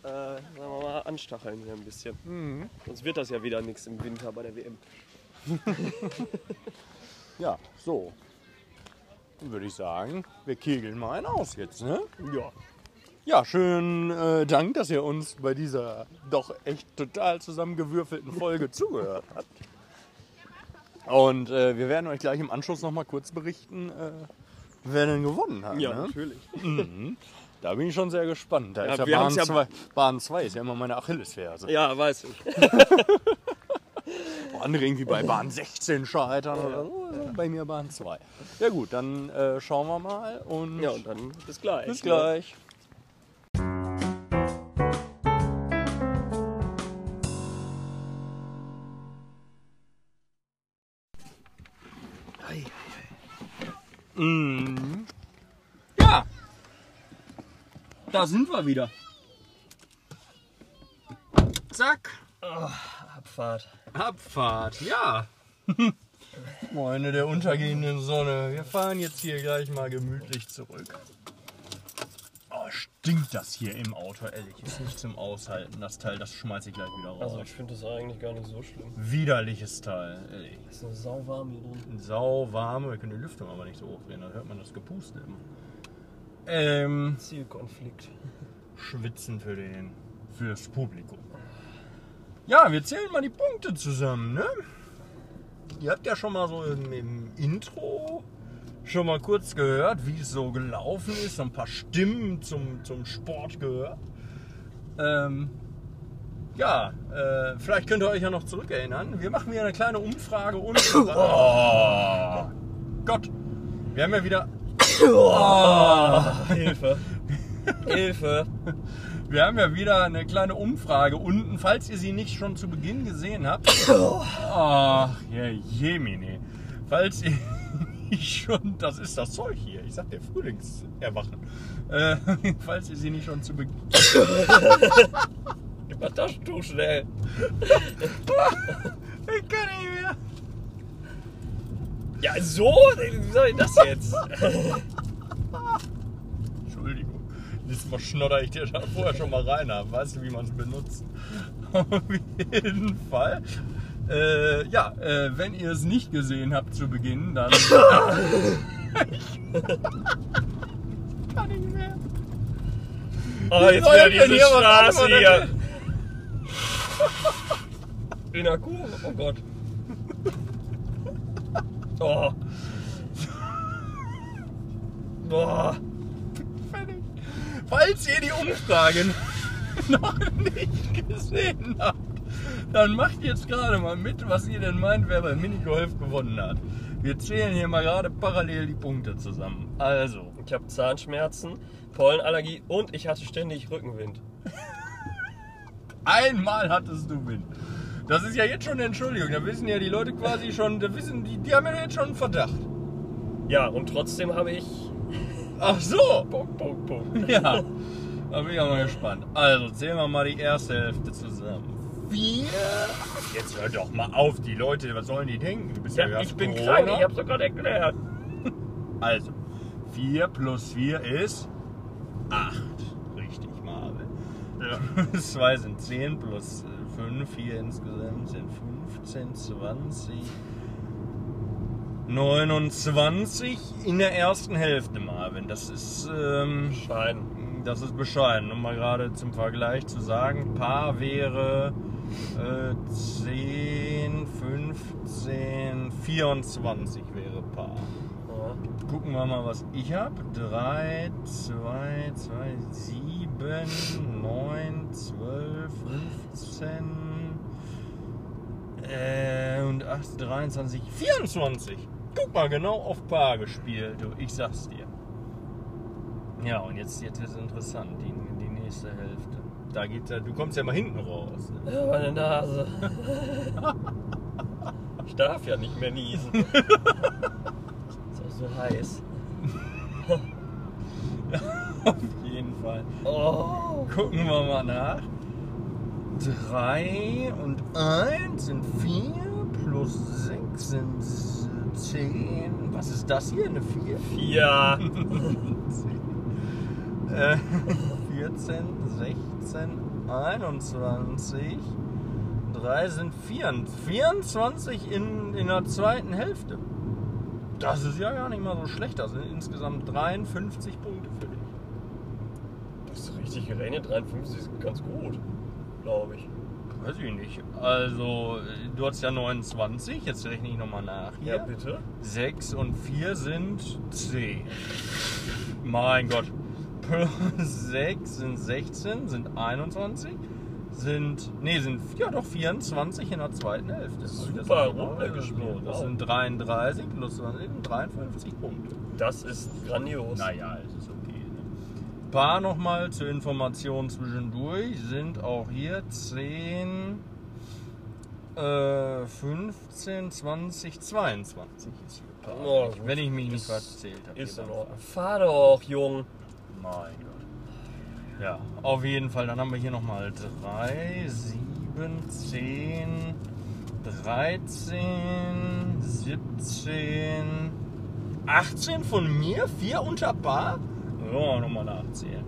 Speaker 2: Äh, sagen wir mal, anstacheln hier ein bisschen.
Speaker 1: Mhm.
Speaker 2: Sonst wird das ja wieder nichts im Winter bei der WM.
Speaker 1: ja, so. Dann würde ich sagen, wir kegeln mal einen aus jetzt, ne?
Speaker 2: Ja.
Speaker 1: Ja, schönen äh, Dank, dass ihr uns bei dieser doch echt total zusammengewürfelten Folge zugehört habt. Und äh, wir werden euch gleich im Anschluss nochmal kurz berichten, äh, wer denn gewonnen hat.
Speaker 2: Ja,
Speaker 1: ne?
Speaker 2: natürlich.
Speaker 1: Da bin ich schon sehr gespannt. Da
Speaker 2: Ja,
Speaker 1: ist ja
Speaker 2: wir
Speaker 1: Bahn
Speaker 2: haben's ja-
Speaker 1: 2 Bahn 2 ist ja immer meine Achillesferse.
Speaker 2: Ja, weiß ich.
Speaker 1: Wo andere irgendwie bei Bahn 16 scheitern oder so. also Bei mir Bahn 2. Ja gut, dann äh, schauen wir mal und,
Speaker 2: Ja, und dann bis gleich. ne?
Speaker 1: bis gleich. Mhm.
Speaker 4: Ja! Da sind wir wieder. Zack!
Speaker 2: Oh, Abfahrt.
Speaker 1: Abfahrt, ja. Freunde der untergehenden Sonne, wir fahren jetzt hier gleich mal gemütlich zurück. Oh, stinkt das hier im Auto, ehrlich. Ist nicht zum Aushalten, das Teil, das schmeiß ich gleich wieder raus.
Speaker 2: Also ich finde das eigentlich gar nicht so schlimm.
Speaker 1: Widerliches Teil, ehrlich.
Speaker 2: Es ist nur sauwarm hier drin.
Speaker 1: Sau warm, wir können die Lüftung aber nicht so hochdrehen, da hört man das Gepuste immer. Ähm,
Speaker 2: Zielkonflikt.
Speaker 1: schwitzen für den, fürs Publikum. Ja, wir zählen mal die Punkte zusammen, ne? Ihr habt ja schon mal so im, im Intro schon mal kurz gehört, wie es so gelaufen ist, so ein paar Stimmen zum, zum Sport gehört. Ähm, ja, äh, vielleicht könnt ihr euch ja noch zurückerinnern. Wir machen wieder eine kleine Umfrage und. oh, Gott, wir haben ja wieder
Speaker 2: Hilfe. Hilfe.
Speaker 1: Wir haben ja wieder eine kleine Umfrage unten, falls ihr sie nicht schon zu Beginn gesehen habt. Ach, ja, Jemine. Falls ihr nicht schon, das ist das Zeug hier, ich sag der Frühlingserwachen. Äh, falls ihr sie nicht schon zu Beginn.
Speaker 2: Gib mal das Taschentuch schnell.
Speaker 1: Ich kann nicht mehr.
Speaker 2: Ja, so? Wie soll ich das jetzt? Oh,
Speaker 1: Entschuldigung. Diesmal schnodder ich dir da vorher schon mal rein ab. Weißt du, wie man es benutzt? Auf jeden Fall. Äh, ja, äh, wenn ihr es nicht gesehen habt zu Beginn, dann. ich kann nicht mehr.
Speaker 2: Oh, jetzt
Speaker 1: soll
Speaker 2: wieder
Speaker 1: ich denn
Speaker 2: diese
Speaker 1: hier was
Speaker 2: Straße
Speaker 1: antworten?
Speaker 2: hier. In der Kuh? Oh Gott. Oh. Boah.
Speaker 1: Fertig. Falls ihr die Umfrage noch nicht gesehen habt, dann macht jetzt gerade mal mit, was ihr denn meint, wer beim Minigolf gewonnen hat. Wir zählen hier mal gerade parallel die Punkte zusammen. Also,
Speaker 2: Ich habe Zahnschmerzen, Pollenallergie und ich hatte ständig Rückenwind.
Speaker 1: einmal hattest du Wind. Das ist ja jetzt schon eine Entschuldigung. Da wissen ja die Leute quasi schon, da wissen die, die haben ja jetzt schon einen Verdacht.
Speaker 2: Ja, und trotzdem habe ich.
Speaker 1: Ach so,
Speaker 2: Punkt, Punkt, Punkt.
Speaker 1: Ja, da bin ich auch mal gespannt. Also zählen wir mal die erste Hälfte zusammen. Vier. Jetzt hör doch mal auf, die Leute, was sollen die denken? Du bist ja,
Speaker 2: Ja,
Speaker 1: ganz
Speaker 2: ich bin
Speaker 1: Corona.
Speaker 2: krank, ich hab's doch gerade erklärt.
Speaker 1: Also, vier plus vier ist acht. Richtig, Marvel. Zwei sind zehn plus äh, fünf, vier insgesamt sind 15, 20, 29 in der ersten Hälfte, Marvin. Das ist... Ähm,
Speaker 2: Schein.
Speaker 1: das ist bescheiden. Um mal gerade zum Vergleich zu sagen, Paar wäre äh, 10, 15, 24 wäre Paar.
Speaker 2: Ja.
Speaker 1: Gucken wir mal, was ich habe. 3, 2, 2, 7, 9, 12, 15 äh, und 8, 23, 24. Guck mal, genau auf Paar gespielt. Du, ich sag's dir. Ja, und jetzt, jetzt ist interessant, die, die nächste Hälfte. Da geht, du kommst ja mal hinten raus. Ne?
Speaker 2: Ja, meine Nase. Ich darf ja nicht mehr niesen. Ist auch so heiß.
Speaker 1: Auf jeden Fall.
Speaker 2: Oh.
Speaker 1: Gucken wir mal nach. 3 und 1 sind 4 plus 6 sind 10. Was ist das hier? Eine 4?
Speaker 2: Ja.
Speaker 1: Äh, 14, 16, 21. 3 sind 4. 24 in, in der zweiten Hälfte. Das ist ja gar nicht mal so schlecht. Das sind insgesamt 53 Punkte für dich.
Speaker 2: Das ist richtig gerechnet. 53 ist ganz gut. Glaube ich.
Speaker 1: Weiß ich nicht. Also, äh, du hast ja 29, jetzt rechne ich nochmal nach.
Speaker 2: Ja,
Speaker 1: Hier.
Speaker 2: bitte.
Speaker 1: 6 und 4 sind 10. Mein Gott. Plus 6 sind 16, sind 21, sind. Nee, sind ja doch 24 in der zweiten Hälfte. Hab ich das
Speaker 2: Super
Speaker 1: richtig
Speaker 2: Runde
Speaker 1: gespielt?
Speaker 2: gespielt,
Speaker 1: Das
Speaker 2: wow.
Speaker 1: sind 33 plus 20, sind 53 Punkte.
Speaker 2: Das ist grandios.
Speaker 1: Naja, es ist okay. Ne? Paar nochmal zur Information zwischendurch sind auch hier 10, äh, 15, 20, 22 ist hier Paar.
Speaker 2: Ja,
Speaker 1: Ich-
Speaker 2: gut.
Speaker 1: Wenn ich mich nicht
Speaker 2: Ist-
Speaker 1: verzählt habe.
Speaker 2: Ist
Speaker 1: hier
Speaker 2: in
Speaker 1: beim
Speaker 2: Ordnung. Fahr doch, Jung.
Speaker 1: Mein Gott. Ja, auf jeden Fall. Dann haben wir hier nochmal 3, 7, 7, 10, 13, 17, 18 von mir, 4 unter Paar. Ja, nochmal nachzählen.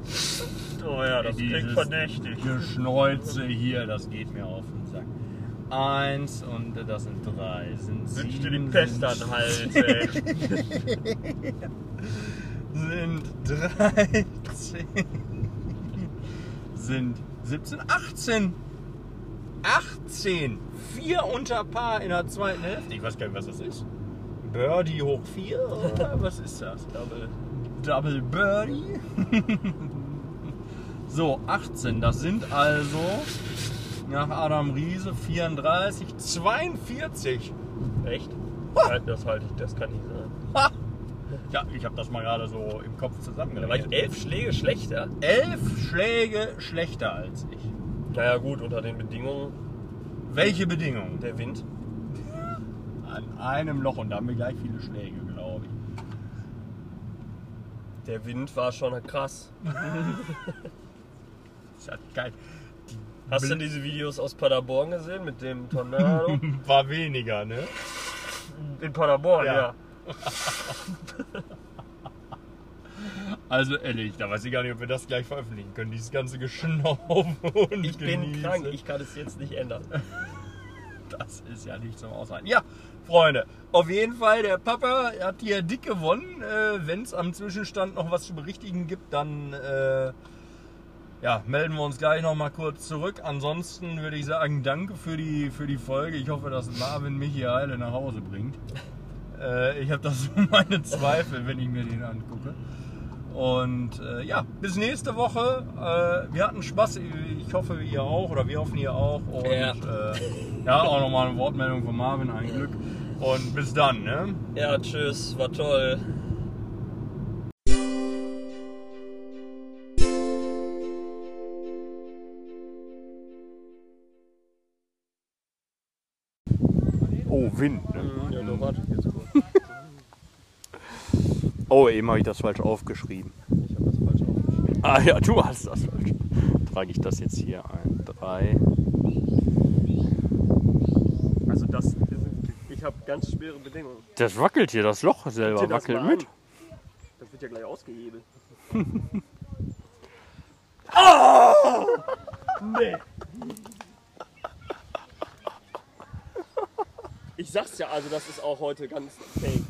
Speaker 2: Oh ja, das klingt
Speaker 1: Dieses
Speaker 2: verdächtig.
Speaker 1: Geschneuze hier, das geht mir auf den Sack. Eins und das sind drei. Sind
Speaker 2: Wünsch dir die
Speaker 1: sieben,
Speaker 2: Pest
Speaker 1: sind-
Speaker 2: an den Hals, ey.
Speaker 1: sind 13, sind 17, 18. 18. Vier unter Paar in der zweiten Hälfte. Ich weiß gar nicht, was das ist. Birdie hoch 4? Was ist das? Double, Double Birdie? so, 18. Das sind also nach Adam Riese 34, 42.
Speaker 2: Echt? Das halte ich, das kann nicht sein.
Speaker 1: Ha! Ja, ich habe das mal gerade so im Kopf
Speaker 2: Da war
Speaker 1: zusammengerechnet.
Speaker 2: ich elf Schläge schlechter.
Speaker 1: elf Schläge schlechter als ich.
Speaker 2: Naja gut, unter den Bedingungen
Speaker 1: Welche Bedingungen?
Speaker 2: der Wind.
Speaker 1: An einem Loch und da haben wir gleich viele Schläge, glaube ich.
Speaker 2: Der Wind war schon krass.
Speaker 1: Ist ja geil.
Speaker 2: Hast du diese Videos aus Paderborn gesehen mit dem Tornado?
Speaker 1: War weniger, ne?
Speaker 2: In Paderborn,
Speaker 1: Ja.
Speaker 2: ja.
Speaker 1: Also ehrlich, da weiß ich gar nicht, ob wir das gleich veröffentlichen können. Dieses ganze Geschnaufen und
Speaker 2: Ich bin
Speaker 1: Genieße.
Speaker 2: krank, ich kann es jetzt nicht ändern.
Speaker 1: Das ist ja nicht zum Aushalten. Ja, Freunde, auf jeden Fall, der Papa hat hier dick gewonnen. Äh, Wenn es am Zwischenstand noch was zu berichtigen gibt, dann äh, ja, melden wir uns gleich noch mal kurz zurück. Ansonsten würde ich sagen, danke für die, für die Folge. Ich hoffe, dass Marvin mich hier heile nach Hause bringt. Äh, ich habe da so meine Zweifel, wenn ich mir den angucke. Und äh, ja, bis nächste Woche. Äh, wir hatten Spaß. Ich hoffe, ihr auch oder wir hoffen, ihr auch. Und
Speaker 2: Ja.
Speaker 1: äh, ja auch nochmal eine Wortmeldung von Marvin, ein Glück. Und bis dann, ne?
Speaker 2: Ja, tschüss, war toll.
Speaker 5: Oh, Wind. Ne?
Speaker 2: Ja, nur warte ich jetzt kurz.
Speaker 5: Oh, eben habe ich das falsch aufgeschrieben.
Speaker 2: Ich habe das falsch aufgeschrieben.
Speaker 5: Ah ja, du hast das falsch. Trage ich das jetzt hier ein. Drei.
Speaker 2: Also das, ich habe ganz schwere Bedingungen.
Speaker 5: Das wackelt hier, das Loch selber
Speaker 2: Guck dir das
Speaker 5: wackelt
Speaker 2: mal
Speaker 5: mit.
Speaker 2: an. Das wird ja gleich ausgehebelt. Nee. Ich sag's ja, also das ist auch heute ganz fake.